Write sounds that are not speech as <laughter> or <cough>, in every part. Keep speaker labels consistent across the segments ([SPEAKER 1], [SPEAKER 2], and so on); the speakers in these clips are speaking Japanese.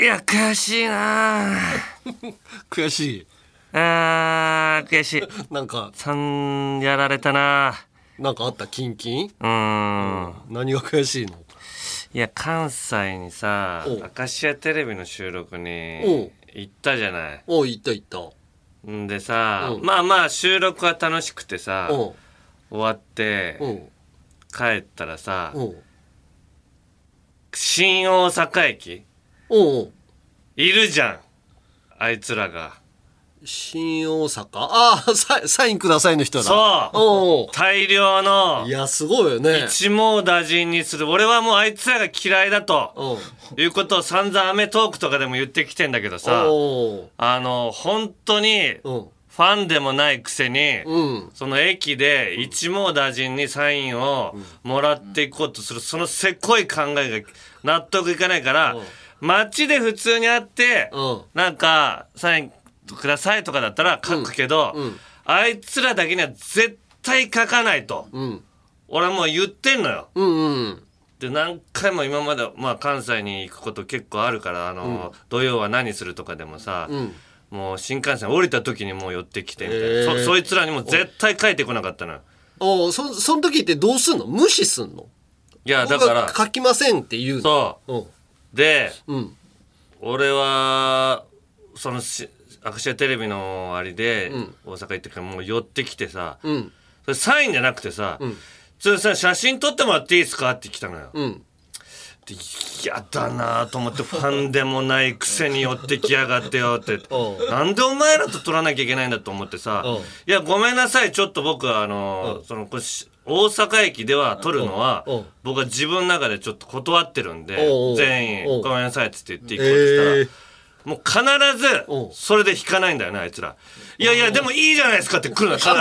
[SPEAKER 1] いや悔しいな
[SPEAKER 2] 悔し
[SPEAKER 1] あー悔しい
[SPEAKER 2] いなんか
[SPEAKER 1] 3やられたな
[SPEAKER 2] なんかあったキンキン
[SPEAKER 1] うーん
[SPEAKER 2] 何が悔しいの
[SPEAKER 1] いや関西にさ
[SPEAKER 2] おう
[SPEAKER 1] アカシアテレビの収録
[SPEAKER 2] お
[SPEAKER 1] に
[SPEAKER 2] う
[SPEAKER 1] 行ったじゃない
[SPEAKER 2] おいったいった
[SPEAKER 1] んでさ
[SPEAKER 2] うん
[SPEAKER 1] まあまあ収録は楽しくてさ
[SPEAKER 2] お
[SPEAKER 1] 終わって
[SPEAKER 2] うお
[SPEAKER 1] 帰ったらさ
[SPEAKER 2] うおう
[SPEAKER 1] 新大阪駅
[SPEAKER 2] おう
[SPEAKER 1] いるじゃんあいつらが
[SPEAKER 2] 新大阪ああサインサインくださいの人だ
[SPEAKER 1] そう
[SPEAKER 2] おう
[SPEAKER 1] 大量
[SPEAKER 2] お
[SPEAKER 1] の
[SPEAKER 2] ういやすごいよね
[SPEAKER 1] 一網打尽にする俺はもうあいつらが嫌いだと
[SPEAKER 2] おう
[SPEAKER 1] いうことを散々アメトークとかでも言ってきてんだけどさ
[SPEAKER 2] お
[SPEAKER 1] あの本当に
[SPEAKER 2] ううん
[SPEAKER 1] ファンでもないくせに
[SPEAKER 2] うん
[SPEAKER 1] その駅で一網打尽にサインをもらっていこうとするそのせこい考えが納得いかないから
[SPEAKER 2] うん
[SPEAKER 1] 街で普通に会って
[SPEAKER 2] うん
[SPEAKER 1] なんかサインくださいとかだったら書くけど
[SPEAKER 2] うんうん
[SPEAKER 1] あいつらだけには絶対書かないと
[SPEAKER 2] うん
[SPEAKER 1] 俺はもう言ってんのよ。
[SPEAKER 2] うんうん
[SPEAKER 1] で何回も今まで、まあ、関西に行くこと結構あるからあの、土曜は何するとかでもさ、
[SPEAKER 2] うん
[SPEAKER 1] もう新幹線降りた時にもう寄ってきてみたいな、
[SPEAKER 2] へー
[SPEAKER 1] そそいつらにも絶対帰ってこなかったのよ
[SPEAKER 2] おうそその時ってどうすんの無視すんの
[SPEAKER 1] いやだから
[SPEAKER 2] 僕が書きませんって言うの
[SPEAKER 1] そううで
[SPEAKER 2] うんうん
[SPEAKER 1] 俺はそのしアクシアテレビのありで、大阪行ってからもう寄ってきてさ、
[SPEAKER 2] うん
[SPEAKER 1] それサインじゃなくてさ、
[SPEAKER 2] ん
[SPEAKER 1] それさ写真撮ってもらっていいですかって来たのよ、
[SPEAKER 2] うん
[SPEAKER 1] って嫌だなと思ってファンでもないくせに寄ってきやがってよって
[SPEAKER 2] <laughs> おう
[SPEAKER 1] なんでお前らと取らなきゃいけないんだと思ってさ
[SPEAKER 2] おう
[SPEAKER 1] いやごめんなさいちょっと僕はあのそのこし大阪駅では取るのは
[SPEAKER 2] おうおう
[SPEAKER 1] 僕は自分の中でちょっと断ってるんで
[SPEAKER 2] おうおう
[SPEAKER 1] 全員
[SPEAKER 2] おう
[SPEAKER 1] ごめんなさいっつって言っていこうとしたら
[SPEAKER 2] ええ
[SPEAKER 1] もう必ず
[SPEAKER 2] おう
[SPEAKER 1] それで引かないんだよねあいつらいやいやでもいいじゃないですかって来るの
[SPEAKER 2] <laughs>
[SPEAKER 1] 必ず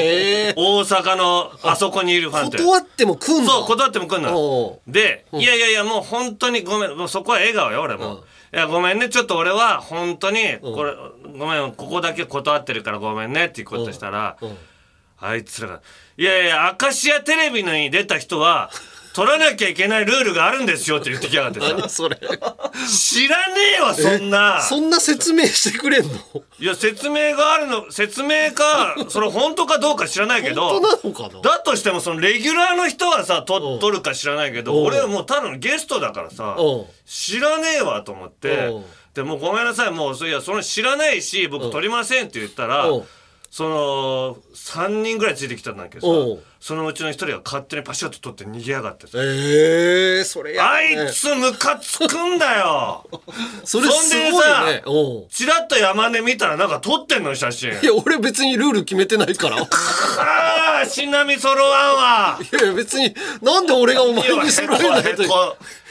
[SPEAKER 2] ええ
[SPEAKER 1] 大阪のあそこにいるファンって
[SPEAKER 2] 断っても来んの
[SPEAKER 1] そう、断っても来ん
[SPEAKER 2] お
[SPEAKER 1] の
[SPEAKER 2] う。
[SPEAKER 1] で、いやいやいや、もう本当にごめん、もうそこは笑顔よ、俺も。いや、ごめんね、ちょっと俺は本当に、これ、ごめん、ここだけ断ってるからごめんねっていうことしたら、
[SPEAKER 2] うん
[SPEAKER 1] あいつらが、いやいや、アカシアテレビに出た人は、取らなきゃいけないルールがあるんですよって言ってきやがってさ、
[SPEAKER 2] 何それ
[SPEAKER 1] 知らねえわ、そんな。
[SPEAKER 2] そんな説明してくれんの
[SPEAKER 1] いや、説明があるの、説明か、それ本当かどうか知らないけど、
[SPEAKER 2] 本当なのかな
[SPEAKER 1] だとしてもそのレギュラーの人はさ
[SPEAKER 2] う
[SPEAKER 1] と
[SPEAKER 2] ん
[SPEAKER 1] 取るか知らないけ
[SPEAKER 2] う
[SPEAKER 1] ど
[SPEAKER 2] ん
[SPEAKER 1] 俺はもうただのゲストだからさ
[SPEAKER 2] うん
[SPEAKER 1] 知らねえわと思って
[SPEAKER 2] うん
[SPEAKER 1] でもうごめんなさいもうそいやその知らないし僕取りませんって言ったら
[SPEAKER 2] うん
[SPEAKER 1] その3人ぐらいついてきたんだけ
[SPEAKER 2] う
[SPEAKER 1] どさ
[SPEAKER 2] ん
[SPEAKER 1] そのうちの1人が勝手にパシャッと取って逃げやがってさ
[SPEAKER 2] ええそれや
[SPEAKER 1] あ
[SPEAKER 2] だね
[SPEAKER 1] いつムカつくんだよ
[SPEAKER 2] それすごいね
[SPEAKER 1] そ
[SPEAKER 2] おう
[SPEAKER 1] チラッと山根見たらなんか撮ってんの写真
[SPEAKER 2] いや俺別にルール決めてない
[SPEAKER 1] <laughs>
[SPEAKER 2] からい
[SPEAKER 1] ああしなみそろわんわ
[SPEAKER 2] や別になんで俺がお前
[SPEAKER 1] いや
[SPEAKER 2] に
[SPEAKER 1] へ
[SPEAKER 2] 揃えないといけ
[SPEAKER 1] こ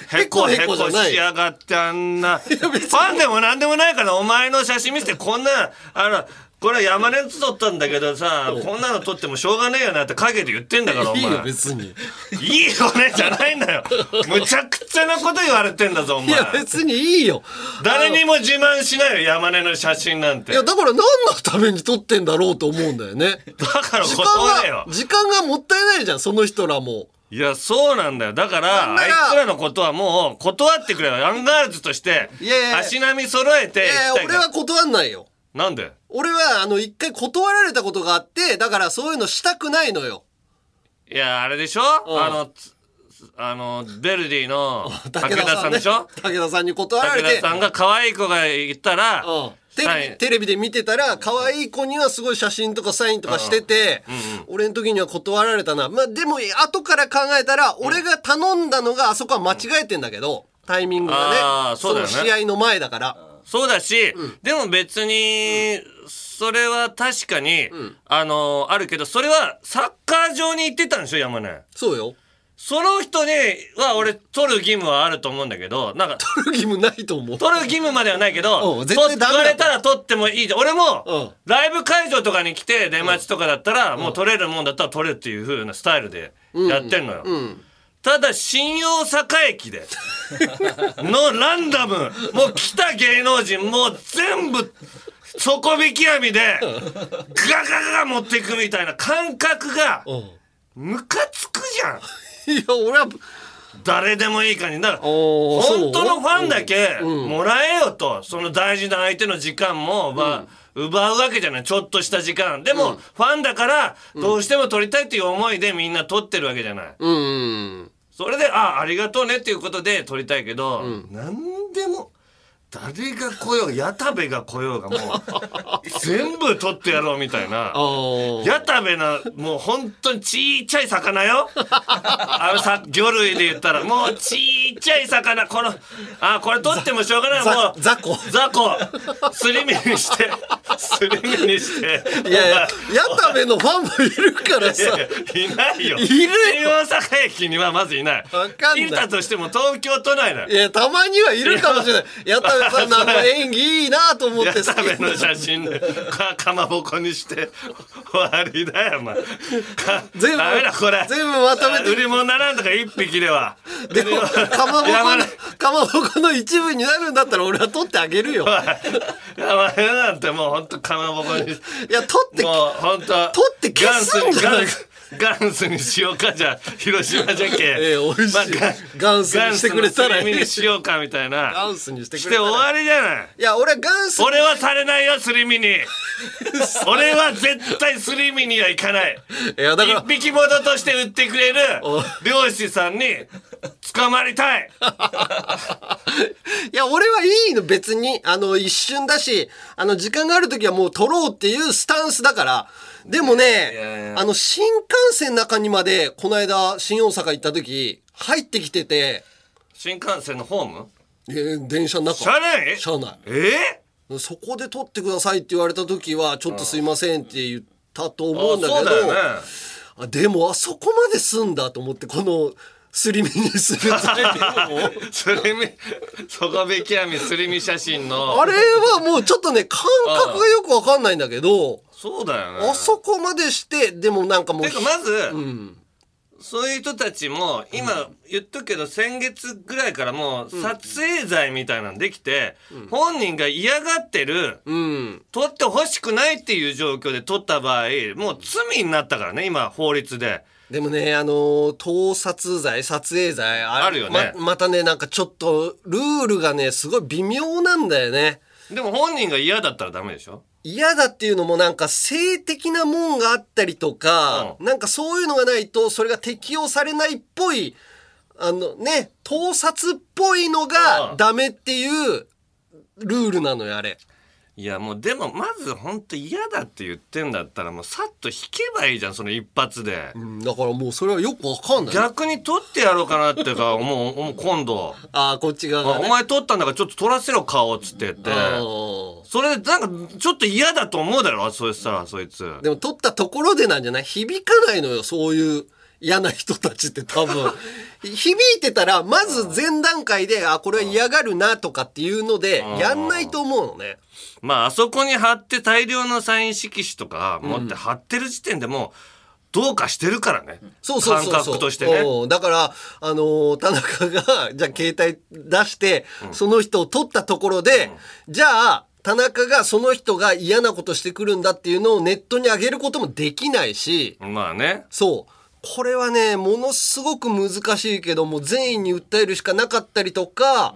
[SPEAKER 1] へこへこへ
[SPEAKER 2] へこへこじ
[SPEAKER 1] こ
[SPEAKER 2] ゃない
[SPEAKER 1] しやがってあんなフ
[SPEAKER 2] や別に
[SPEAKER 1] ァンでもなんでもないからお前の写真見せてこんなあのこれ山根撮ったんだけどさこんなの撮ってもしょうがねえよなって陰で言ってんだからお
[SPEAKER 2] いい
[SPEAKER 1] 前
[SPEAKER 2] よ別
[SPEAKER 1] い
[SPEAKER 2] に
[SPEAKER 1] いよねじゃないんだ
[SPEAKER 2] <laughs>
[SPEAKER 1] よむちゃくちゃなこと言われてんだぞお
[SPEAKER 2] い
[SPEAKER 1] 前
[SPEAKER 2] や別にいいよ
[SPEAKER 1] 誰にも自慢しないよ山根の写真なんて
[SPEAKER 2] いや
[SPEAKER 1] だ
[SPEAKER 2] だから何のために撮ってんだろうと思うんだよね
[SPEAKER 1] から
[SPEAKER 2] 時
[SPEAKER 1] 断れ
[SPEAKER 2] 間が
[SPEAKER 1] よ
[SPEAKER 2] 時間がもったいないじゃんその人らも
[SPEAKER 1] いやそうなんだよだから
[SPEAKER 2] な
[SPEAKER 1] あ
[SPEAKER 2] ん
[SPEAKER 1] い
[SPEAKER 2] なら
[SPEAKER 1] つらのことはもう断ってくれよアンガールズとして
[SPEAKER 2] いやいや
[SPEAKER 1] 足並み揃えて
[SPEAKER 2] い
[SPEAKER 1] いき
[SPEAKER 2] や
[SPEAKER 1] たいか
[SPEAKER 2] 俺
[SPEAKER 1] ら
[SPEAKER 2] は断んないよ
[SPEAKER 1] なんで
[SPEAKER 2] 俺はあの一回断られたことがあってだからそういうのしたくないのよ
[SPEAKER 1] いや、あれでしょ
[SPEAKER 2] ん
[SPEAKER 1] あの、つあの、ベルディの <laughs> 武田さん
[SPEAKER 2] ね
[SPEAKER 1] でしょ
[SPEAKER 2] 武田さんに断られ
[SPEAKER 1] 武田
[SPEAKER 2] て
[SPEAKER 1] さんが可愛い子がいたら
[SPEAKER 2] うん、テレビ
[SPEAKER 1] はい
[SPEAKER 2] テレビで見てたら可愛い子にはすごい写真とかサインとかしてて、俺の時には断られたな、まあ、でも後から考えたら俺が頼んだのがあそこは間違えてんだけど、タイミングがね
[SPEAKER 1] あーそうだよね
[SPEAKER 2] の試合の前だから、
[SPEAKER 1] そうだし、でも別に、それは確かに、あの、あるけど、それはサッカー場に行ってたんでしょ山根。
[SPEAKER 2] そうよ
[SPEAKER 1] その人には俺、取る義務はあると思うんだけど、なんか、
[SPEAKER 2] 取る義務ないと思う
[SPEAKER 1] 取る義務まではないけど、
[SPEAKER 2] うん
[SPEAKER 1] 取
[SPEAKER 2] 絶対ダメだ
[SPEAKER 1] 言われたら取ってもいいじゃん。俺
[SPEAKER 2] うん
[SPEAKER 1] も、ライブ会場とかに来て、出待ちとかだったら、もう取れるもんだったら取れっていう風なスタイルでやってんのよ。
[SPEAKER 2] うん
[SPEAKER 1] ただ、新大阪駅
[SPEAKER 2] <laughs>
[SPEAKER 1] で、のランダム、もう来た芸能人、もう全部、底引き網で、ガガガガ持っていくみたいな感覚が
[SPEAKER 2] う、ん
[SPEAKER 1] ムカつくじゃん。
[SPEAKER 2] いや俺は
[SPEAKER 1] 誰でもいいかにだから
[SPEAKER 2] おーそう
[SPEAKER 1] 本当のファンだけもらえよとその大事な相手の時間も奪う奪うわけじゃないちょっとした時間でもファンだからどうしても取りたいっていう思いでみんな取ってるわけじゃない
[SPEAKER 2] うん。
[SPEAKER 1] それであありがとうねっていうことで取りたいけど何でも誰が来ようが矢田部が来ようがも <laughs> う全部取ってやろうみたいな
[SPEAKER 2] あ。ー
[SPEAKER 1] 矢田部なもう本当にちっちゃい魚
[SPEAKER 2] <laughs>
[SPEAKER 1] よあのさ魚類で言ったらもうちっちゃい魚このあこれ取ってもしょうがないもう
[SPEAKER 2] ざ雑魚。
[SPEAKER 1] 雑魚すり身にしてすり身にして
[SPEAKER 2] いやいや、矢田部のファンもいるから
[SPEAKER 1] いや
[SPEAKER 2] さ
[SPEAKER 1] い。やいないよ
[SPEAKER 2] いるよ
[SPEAKER 1] 新大阪駅にはまずいない
[SPEAKER 2] わかんない
[SPEAKER 1] いたとしても東京都内だよ
[SPEAKER 2] いや、たまにはいるかもしれない。矢田部さんのあの演技いいなと思っ
[SPEAKER 1] 矢
[SPEAKER 2] て好
[SPEAKER 1] 田
[SPEAKER 2] き。
[SPEAKER 1] 部の写真でかかまぼこにして終わりだよお前か
[SPEAKER 2] 全部
[SPEAKER 1] ダメだこれ
[SPEAKER 2] 全部まとめて
[SPEAKER 1] 売り物ならんとか一匹では
[SPEAKER 2] でも、かまぼこ
[SPEAKER 1] 山
[SPEAKER 2] の
[SPEAKER 1] 根、
[SPEAKER 2] かまぼこの一部になるんだったら俺は取ってあげるよ。
[SPEAKER 1] 山根なんてもうほんとかまぼこに
[SPEAKER 2] いや、取って、
[SPEAKER 1] もうほんと
[SPEAKER 2] 取って消すんじゃ
[SPEAKER 1] ガ
[SPEAKER 2] ない
[SPEAKER 1] ンスにガンガンスにしようかじゃあ広島じゃけ
[SPEAKER 2] ええ美味しい
[SPEAKER 1] ガン
[SPEAKER 2] ガンスにしてくれたらい
[SPEAKER 1] ガン
[SPEAKER 2] い
[SPEAKER 1] スのすり身にしようかみたいな
[SPEAKER 2] ガンスにして
[SPEAKER 1] し
[SPEAKER 2] く
[SPEAKER 1] て
[SPEAKER 2] れた
[SPEAKER 1] 終
[SPEAKER 2] ら。
[SPEAKER 1] わりじゃない
[SPEAKER 2] いや、俺はガンス、
[SPEAKER 1] 俺はされないよすり身に俺は絶対すり身にはいかない
[SPEAKER 2] いや、だから
[SPEAKER 1] 一、匹ものとして売ってくれる
[SPEAKER 2] お
[SPEAKER 1] 漁師さんに捕まりたい
[SPEAKER 2] いや、俺はいいの、別に。あの、一瞬だし、あの、時間がある時はもう取ろうっていうスタンスだから。でもね、
[SPEAKER 1] やいや
[SPEAKER 2] あの、新幹線の中にまで、この間、新大阪行った時、入ってきてて、
[SPEAKER 1] 新幹線のホーム
[SPEAKER 2] えー電車の中。
[SPEAKER 1] 車内
[SPEAKER 2] 車内。
[SPEAKER 1] え
[SPEAKER 2] そこで撮ってくださいって言われた時は、ちょっとすいませんって言ったと
[SPEAKER 1] ー、
[SPEAKER 2] 思うんだ
[SPEAKER 1] あそう
[SPEAKER 2] け
[SPEAKER 1] だよ
[SPEAKER 2] ど、
[SPEAKER 1] ね
[SPEAKER 2] あでもあそこまですんだと思って、この、すり身にす
[SPEAKER 1] <laughs>
[SPEAKER 2] る材料を
[SPEAKER 1] すり身底引き網すり身写真の
[SPEAKER 2] あれはもうちょっとね、感覚がよくわかんないんだけど、
[SPEAKER 1] そうだよね
[SPEAKER 2] あそこまでして、でもなんかもう
[SPEAKER 1] て、かまず、そういう人たちも今言っとくけど先月ぐらいからもう撮影罪みたいなのできて、本人が嫌がってる、
[SPEAKER 2] うん。
[SPEAKER 1] 撮ってほしくないっていう状況で撮った場合もう罪になったからね今法律で。
[SPEAKER 2] でもね、あのー盗撮罪、撮影罪、あ
[SPEAKER 1] あるよね
[SPEAKER 2] ま。またね、なんかちょっと、ルールがね、すごい微妙なんだよね。
[SPEAKER 1] でも本人が嫌だったらダメでしょ
[SPEAKER 2] 嫌だっていうのもなんか性的なもんがあったりとか、
[SPEAKER 1] う
[SPEAKER 2] なんかそういうのがないとそれが適用されないっぽい、あのね、盗撮っぽいの
[SPEAKER 1] う
[SPEAKER 2] が
[SPEAKER 1] ん
[SPEAKER 2] ダメっていうルールなのよ、あれ。
[SPEAKER 1] いやもうでもまず本当嫌だって言ってんだったらもうさっと引けばいいじゃんその一発で。
[SPEAKER 2] うんだからもうそれはよくわかんない。
[SPEAKER 1] 逆に撮ってやろうかなって
[SPEAKER 2] <laughs>
[SPEAKER 1] かもうもう今度。
[SPEAKER 2] ああ、こっち側
[SPEAKER 1] あ
[SPEAKER 2] が、
[SPEAKER 1] お
[SPEAKER 2] ね。
[SPEAKER 1] 前撮ったんだからちょっと撮らせろ顔っつってって
[SPEAKER 2] あー
[SPEAKER 1] それでなんかちょっと嫌だと思うだろそうしたらそいつ
[SPEAKER 2] でも撮ったところでなんじゃない響かないのよ、そういう嫌な人たちって多
[SPEAKER 1] <laughs>
[SPEAKER 2] 分。響いてたら、まず前段階で、あ、これは嫌がるなとかっていうので、やんないと思うのね。
[SPEAKER 1] まああそこに貼って大量のサイン色紙とか持って貼ってる時点でもうどうかしてるからね
[SPEAKER 2] そうそうそうそう
[SPEAKER 1] 感覚としてね
[SPEAKER 2] うんだから、あのー田中が、 <laughs> じゃあ携帯出して、その人を取ったところで、じゃあ、田中がその人が嫌なことしてくるんだっていうのをネットに上げることもできないし、
[SPEAKER 1] まあね
[SPEAKER 2] そう。これはね、ものすごく難しいけども、善意に訴えるしかなかったりとか、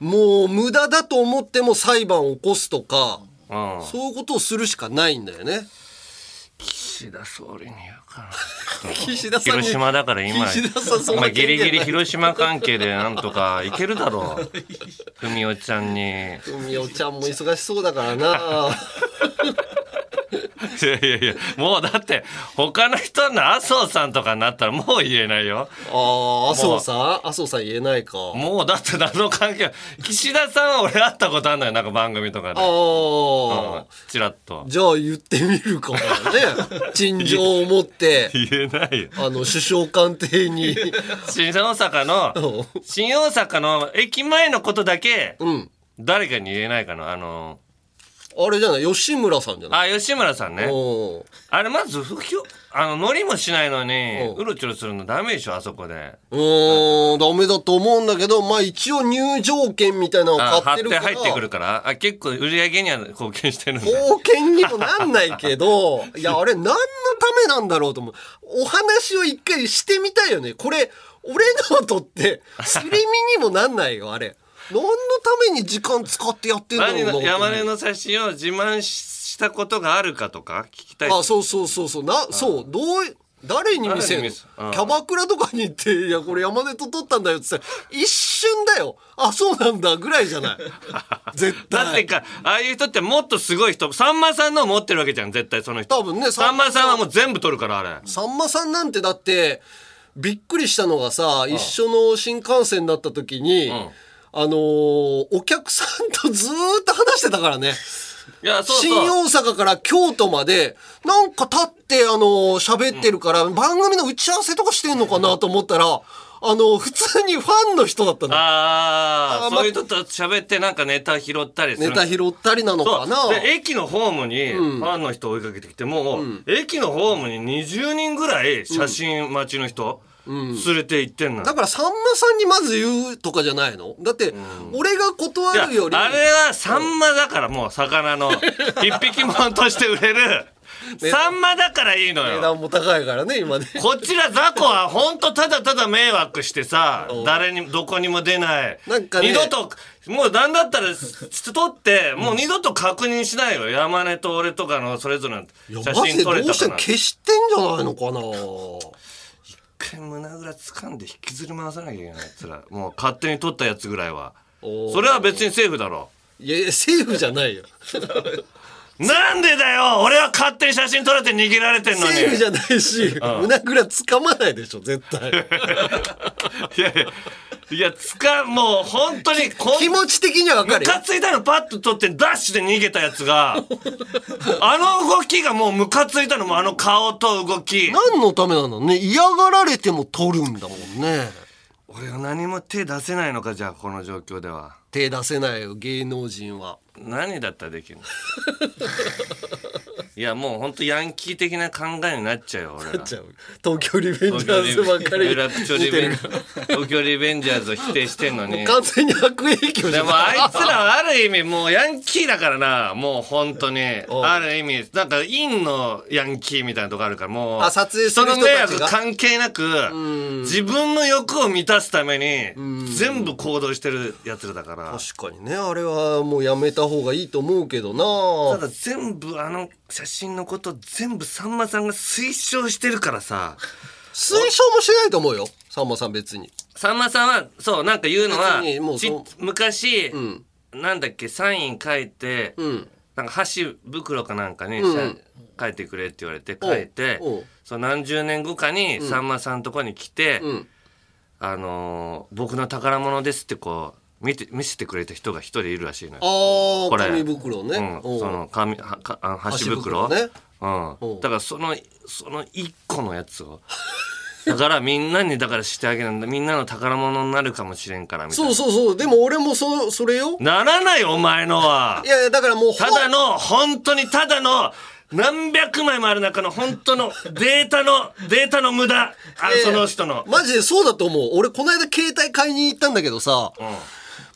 [SPEAKER 2] もう無駄だと思っても裁判を起こすとか、
[SPEAKER 1] うん
[SPEAKER 2] そういうことをするしかないんだよね。
[SPEAKER 1] 岸田総理に言うかな
[SPEAKER 2] <laughs> 岸田さんに
[SPEAKER 1] 広島だから今
[SPEAKER 2] 岸田さ <laughs> んそんな
[SPEAKER 1] 今ギリギ
[SPEAKER 2] 権限
[SPEAKER 1] リ
[SPEAKER 2] ない
[SPEAKER 1] 広島関係でなんとかいけるだろ
[SPEAKER 2] <laughs>
[SPEAKER 1] う文雄ちゃんに
[SPEAKER 2] みおちゃんも忙しそうだか
[SPEAKER 1] <laughs>
[SPEAKER 2] らな
[SPEAKER 1] いやいやいや、もうだって、他の人の麻生さんとかになったらもう言えないよ。
[SPEAKER 2] ああ麻生さん麻生さん言えないかあ
[SPEAKER 1] もうだって何の関係は、岸田さんは俺会ったことあんのよ、なんか番組とかで。うん
[SPEAKER 2] あ
[SPEAKER 1] ちらっと。
[SPEAKER 2] じゃあ言ってみるかもね
[SPEAKER 1] <laughs>
[SPEAKER 2] 陳情を持って
[SPEAKER 1] 言えないよ。
[SPEAKER 2] あの首相官邸に <laughs>
[SPEAKER 1] 新大阪の、新大阪の駅前のことだけ、
[SPEAKER 2] うん
[SPEAKER 1] 誰かに言えないかな、あの、
[SPEAKER 2] あれじゃない吉村さんじゃない
[SPEAKER 1] あ、吉村さんね。
[SPEAKER 2] お
[SPEAKER 1] あれまず不評、あの、乗りもしないのに
[SPEAKER 2] う、ん
[SPEAKER 1] うろちょろするのダメでしょ、あそこで。
[SPEAKER 2] うーんダメだと思うんだけどまあ一応入場券みたいなのを
[SPEAKER 1] あ、貼
[SPEAKER 2] 買
[SPEAKER 1] っ
[SPEAKER 2] ってる
[SPEAKER 1] て
[SPEAKER 2] から
[SPEAKER 1] 入ってくるから、あ、結構売り上げには貢献してるんだ。
[SPEAKER 2] 貢献にもなんないけど、 <laughs> いや、あれ何のためなんだろうと思う。お話を一回してみたいよね。これ、俺の音って、すり身にもなんないよ、あれ。何のために時間使ってやってんだ
[SPEAKER 1] <laughs>
[SPEAKER 2] ろ
[SPEAKER 1] 何
[SPEAKER 2] うな
[SPEAKER 1] の
[SPEAKER 2] と
[SPEAKER 1] 山
[SPEAKER 2] 思
[SPEAKER 1] 根
[SPEAKER 2] う。
[SPEAKER 1] の写真を自慢したことがあるかとか聞きたい
[SPEAKER 2] あ、そうそうそうそう。な、そう、どうい、誰に見せる
[SPEAKER 1] 誰に
[SPEAKER 2] の
[SPEAKER 1] 見
[SPEAKER 2] キ
[SPEAKER 1] せうん
[SPEAKER 2] ャバクラとかに行って、いや、これ山根と撮ったんだよって言ったら、一瞬だよ。あ、そうなんだ、ぐらいじゃ
[SPEAKER 1] <laughs>
[SPEAKER 2] ない。絶対。
[SPEAKER 1] だってか、ああいう人ってもっとすごい人さんまさんの持ってるわけじゃん絶対その人
[SPEAKER 2] 多分ねさん
[SPEAKER 1] さんまさんはもう全部取るからあれ
[SPEAKER 2] さんまさんなんてだってびっくりしたのがさ一緒の新幹線だった時に、あのーお客さんとずーっと話してたからね
[SPEAKER 1] いやそうそう
[SPEAKER 2] 新大阪から京都までなんか立ってあのー喋ってるから、番組の打ち合わせとかしてんのかなと思ったらあのー普通にファンの人だったの
[SPEAKER 1] あ
[SPEAKER 2] あ
[SPEAKER 1] あ
[SPEAKER 2] ー
[SPEAKER 1] そういう人と喋ってなんかネタ拾ったりする
[SPEAKER 2] ネタ拾ったりなのかな
[SPEAKER 1] そうで駅のホームにファンの人追いかけてきて、もう、駅のホームに20人ぐらい写真待ちの人、連れて行ってんのよ
[SPEAKER 2] だからさんまさんにまず言うとかじゃないのだって、俺が断る
[SPEAKER 1] いや
[SPEAKER 2] より
[SPEAKER 1] あれはサンマだからもう魚
[SPEAKER 2] <laughs>
[SPEAKER 1] の一匹もんとして売れるサンマだからいいの
[SPEAKER 2] 値
[SPEAKER 1] よ
[SPEAKER 2] 段も高いからね今ね
[SPEAKER 1] こちら雑魚はほんとただただ迷惑してさ誰にどこにも出ない
[SPEAKER 2] なんかね
[SPEAKER 1] 二度ともうなんだったら取ってもう二度と確認しないよ山根と俺とかのそれぞれの
[SPEAKER 2] い
[SPEAKER 1] <laughs>
[SPEAKER 2] や
[SPEAKER 1] 写
[SPEAKER 2] マジ
[SPEAKER 1] 真
[SPEAKER 2] でど
[SPEAKER 1] 撮
[SPEAKER 2] う
[SPEAKER 1] れた
[SPEAKER 2] して
[SPEAKER 1] か
[SPEAKER 2] も
[SPEAKER 1] な
[SPEAKER 2] 消してんじゃないのかな
[SPEAKER 1] 一回胸ぐら掴んで引きずり回さなきゃいけないやつらもう勝手に取ったやつぐらいは
[SPEAKER 2] おー
[SPEAKER 1] それは別にセーフだろ
[SPEAKER 2] いやいやセーフじゃないよセ
[SPEAKER 1] なんでだよ俺は勝手に写真撮られて逃げられてんのに
[SPEAKER 2] ーフじゃないし胸ぐらつかまないでしょ絶
[SPEAKER 1] <laughs>
[SPEAKER 2] 対
[SPEAKER 1] いやいやいやつかもう本当にこん
[SPEAKER 2] 気持ち的にはわかる
[SPEAKER 1] ム
[SPEAKER 2] よ
[SPEAKER 1] カついたのパッと取ってダッシュで逃げたやつがあの動きがもうムカついたのもあの顔と動き
[SPEAKER 2] 何のためなのね嫌がられても取るんだもんね
[SPEAKER 1] 俺は何も手出せないのかじゃあこの状況では
[SPEAKER 2] 手出せないよ芸能人は
[SPEAKER 1] 何だったらで
[SPEAKER 2] <laughs>
[SPEAKER 1] きるのいやもうほんとヤンキー的な考えになっちゃうよ俺ら
[SPEAKER 2] じゃあ東京リベン
[SPEAKER 1] 東
[SPEAKER 2] ジャ
[SPEAKER 1] 京
[SPEAKER 2] ー
[SPEAKER 1] リ
[SPEAKER 2] ズばっかり
[SPEAKER 1] ベラプチョ
[SPEAKER 2] 見
[SPEAKER 1] リ
[SPEAKER 2] て
[SPEAKER 1] ベン
[SPEAKER 2] る
[SPEAKER 1] 東京リベンジャーズを否定してんのに
[SPEAKER 2] 完全に悪影響じ
[SPEAKER 1] で
[SPEAKER 2] ゃ
[SPEAKER 1] も <laughs>
[SPEAKER 2] な
[SPEAKER 1] あ
[SPEAKER 2] い
[SPEAKER 1] いつらはある意味もうヤンキーだからなもう本当に
[SPEAKER 2] おう
[SPEAKER 1] ある意味なんか陰のヤンキーみたいなとこあるからもう
[SPEAKER 2] あ撮影する人た
[SPEAKER 1] 人
[SPEAKER 2] ち
[SPEAKER 1] の迷
[SPEAKER 2] が
[SPEAKER 1] 惑関係なく自分の欲を満たすために全部行動してるやつらだから
[SPEAKER 2] 確かにねあれはもうやめた方がいいと思うけどな
[SPEAKER 1] ただ全部あの写真のこと全部さんまさんが推奨してるからさ
[SPEAKER 2] 推奨もしてないと思うよさんまさん別に
[SPEAKER 1] さんまさんはそうなんか言うのは
[SPEAKER 2] 別にもう
[SPEAKER 1] ち
[SPEAKER 2] そう
[SPEAKER 1] 昔、なんだっけサイン書いて、
[SPEAKER 2] ん
[SPEAKER 1] なんか箸袋かなんかに、
[SPEAKER 2] ん
[SPEAKER 1] さ書いてくれって言われて書いて
[SPEAKER 2] おうおう
[SPEAKER 1] そう何十年後かにさんまさんとこに来て、
[SPEAKER 2] ん
[SPEAKER 1] あのー僕の宝物です」ってこう見て見せてくれた人が一人いるらしいのよ。
[SPEAKER 2] ああ
[SPEAKER 1] これ
[SPEAKER 2] 紙袋ね、
[SPEAKER 1] うん、
[SPEAKER 2] おう
[SPEAKER 1] その紙はかあの箸
[SPEAKER 2] 箸
[SPEAKER 1] 袋
[SPEAKER 2] 袋ね
[SPEAKER 1] う
[SPEAKER 2] うん
[SPEAKER 1] ん、だからそのその一個のやつを <laughs> だからみんなにだからしてあげるんだみんなの宝物になるかもしれんからみたい
[SPEAKER 2] そ
[SPEAKER 1] な
[SPEAKER 2] うそうそうでも俺もそそれよ
[SPEAKER 1] ならないお前のはい
[SPEAKER 2] やいやだからもうほ
[SPEAKER 1] ただの本当にただの何百枚もある中の本当のデータのデータの無駄あ
[SPEAKER 2] ええ
[SPEAKER 1] その人の、
[SPEAKER 2] マジでそうだと思う俺この間携帯買いに行ったんだけどさ、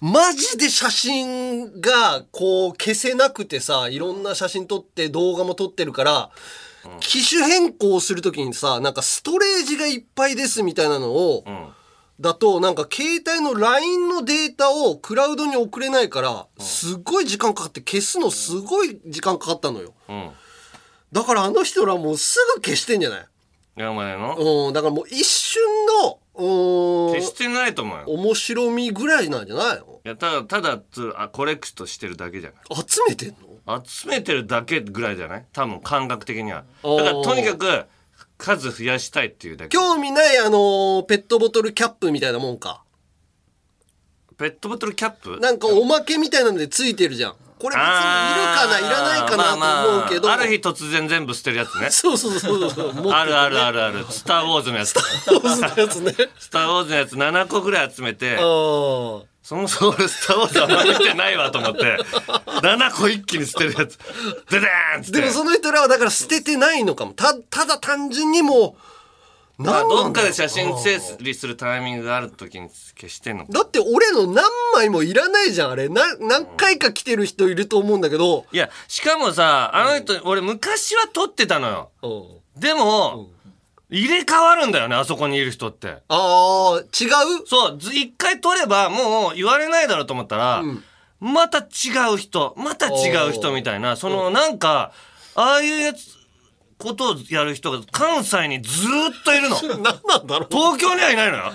[SPEAKER 2] マジで写真がこう消せなくてさいろんな写真撮って動画も撮ってるから、機種変更するときにさなんかストレージがいっぱいですみたいなのを、
[SPEAKER 1] うん、
[SPEAKER 2] だとなんか携帯の LINE のデータをクラウドに送れないからすっごい時間かかって消すのすごい時間かかったのよ
[SPEAKER 1] うん、
[SPEAKER 2] だからあの人らもうすぐ消してんじゃない
[SPEAKER 1] いやお前の
[SPEAKER 2] うんだからもう一瞬のうーん
[SPEAKER 1] 決してないと思うよ
[SPEAKER 2] 面白みぐらいなんじゃないの
[SPEAKER 1] いやただただつあコレクトしてるだけじゃない
[SPEAKER 2] 集めてんの
[SPEAKER 1] 集めてるだけぐらいじゃない多分感覚的には
[SPEAKER 2] おー
[SPEAKER 1] だからとにかく数増やしたいっていうだけ
[SPEAKER 2] 興味ないあのーペットボトルキャップみたいなもんか
[SPEAKER 1] ペットボトルキャップ
[SPEAKER 2] なんかおまけみたいなのでついてるじゃんこれ別にいるかないらないか
[SPEAKER 1] あーまあ
[SPEAKER 2] なと
[SPEAKER 1] ま
[SPEAKER 2] 思
[SPEAKER 1] あ
[SPEAKER 2] うけど、
[SPEAKER 1] ある日突然全部捨てるや
[SPEAKER 2] <laughs>
[SPEAKER 1] つね
[SPEAKER 2] そうそうそうそう
[SPEAKER 1] <laughs>
[SPEAKER 2] もう
[SPEAKER 1] あるあるあるあるスター・ウォーズのやつス
[SPEAKER 2] そうそうやつね
[SPEAKER 1] <laughs> ター・ウォーズのやつ7個ぐらい集めて
[SPEAKER 2] うん
[SPEAKER 1] そもそも俺スター・ウォーズあんま見てないわと思
[SPEAKER 2] <laughs>
[SPEAKER 1] って7個一気に捨てるやつででーんっつって
[SPEAKER 2] でもその人らはだから捨ててないのかも。た、ただ単純にもう、
[SPEAKER 1] まあ
[SPEAKER 2] なん
[SPEAKER 1] どっ
[SPEAKER 2] だ
[SPEAKER 1] かで写真整理するタイミングがある時に消してんのか
[SPEAKER 2] だって俺の何枚もいらないじゃん、あれ。な、何回か来てる人いると思うんだけど。
[SPEAKER 1] いやしかもさあの人、俺昔は撮ってたのよ
[SPEAKER 2] うん
[SPEAKER 1] でも、入れ替わるんだよね、あそこにいる人って。
[SPEAKER 2] ああ、違う
[SPEAKER 1] そう、ず一回取ればもう言われないだろうと思ったら、また違う人、また違う人みたいな、そのなんか、ああいうやつ、ことをやる人が関西にずーっとい <laughs> るの。
[SPEAKER 2] 何なんだろう
[SPEAKER 1] 東京にはいないの <laughs> よ。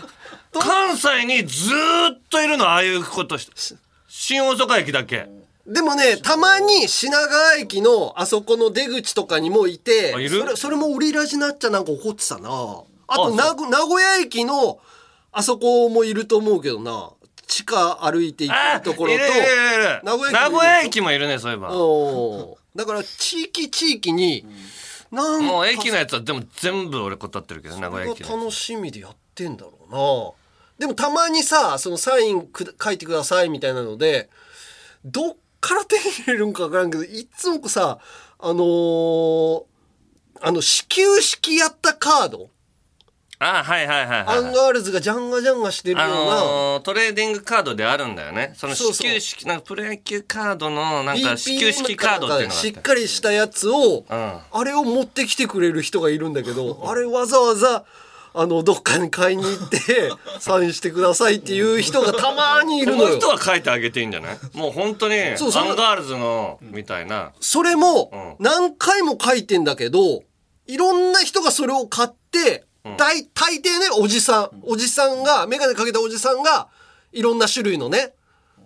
[SPEAKER 1] 関西にずーっといるの、ああいうことして。新大阪駅だけ。
[SPEAKER 2] でもね、たまに品川駅のあそこの出口とかにもいて、
[SPEAKER 1] あいる
[SPEAKER 2] それそれもオリラジなっちゃなんか怒ってたな。あ
[SPEAKER 1] あそ
[SPEAKER 2] と
[SPEAKER 1] う
[SPEAKER 2] 名古、名古屋駅のあそこもいると思うけどな。地下歩いてい
[SPEAKER 1] あ
[SPEAKER 2] くところと
[SPEAKER 1] い、るいるいる
[SPEAKER 2] 名古屋駅もいるでしょ
[SPEAKER 1] 名古屋駅もいるね、そういえば。
[SPEAKER 2] おーだから地域地域に、なん
[SPEAKER 1] も
[SPEAKER 2] か
[SPEAKER 1] う駅のやつはでも全部俺断ってるけど名古屋駅の
[SPEAKER 2] 楽しみでやってんだろうなでもたまにさそのサインくだ書いてくださいみたいなのでどっから手に入れるんか分からんけどいつもさあのーあの始球式やったカード
[SPEAKER 1] あはいはいはい
[SPEAKER 2] ア
[SPEAKER 1] はい、
[SPEAKER 2] ンガールズがジャンガジャンガしてるよ
[SPEAKER 1] あ
[SPEAKER 2] うな、
[SPEAKER 1] のートレーディングカードであるんだよねその
[SPEAKER 2] そ
[SPEAKER 1] 始
[SPEAKER 2] うそう
[SPEAKER 1] 球式なんかプロ野球カードのなんか
[SPEAKER 2] BPM
[SPEAKER 1] 始球式カードっていうのがあ
[SPEAKER 2] し
[SPEAKER 1] っ
[SPEAKER 2] ってかりしたやつを、
[SPEAKER 1] ん
[SPEAKER 2] あれを持ってきてくれる人がいるんだ
[SPEAKER 1] <laughs>
[SPEAKER 2] けどあれわざわざあのどっかに買いに行ってサインしてくださいっていう人がたまにい
[SPEAKER 1] こ
[SPEAKER 2] るの
[SPEAKER 1] の
[SPEAKER 2] よ
[SPEAKER 1] 人は書いてあげていいんじゃないもう本当にアン
[SPEAKER 2] そうその
[SPEAKER 1] ガールズのみたいな
[SPEAKER 2] それも
[SPEAKER 1] う
[SPEAKER 2] 何回も書いてんだけどいろんな人がそれを買って、大大抵ねおじさんおじさんが眼鏡かけたおじさんがいろんな種類のね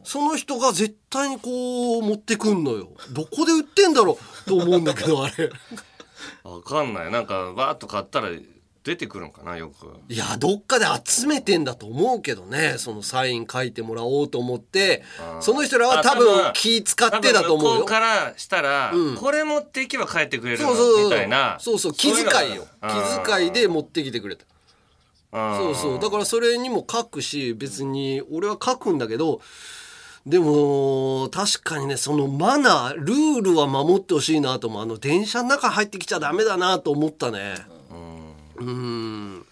[SPEAKER 2] その人が絶対にこう持ってくんのよどこで売ってんだろうと思うんだけどあれ。
[SPEAKER 1] わかんないなんかバーッと買ったら出てくるのかなよく
[SPEAKER 2] いや、どっかで集めてんだと思うけどね、そのサイン書いてもらおうと思って、その人らは多分気使ってだと思う
[SPEAKER 1] 多分向こ
[SPEAKER 2] よ
[SPEAKER 1] う。からしたら、
[SPEAKER 2] うん
[SPEAKER 1] これ持っていけば書いてくれる
[SPEAKER 2] そうそうそう
[SPEAKER 1] みたいな
[SPEAKER 2] そうそう気遣いよ気遣いで持ってきてくれたそうそうだからそれにも書くし別に俺は書くんだけどでも確かにねそのマナールールは守ってほしいなともあの電車の中入ってきちゃダメだなと思ったねうん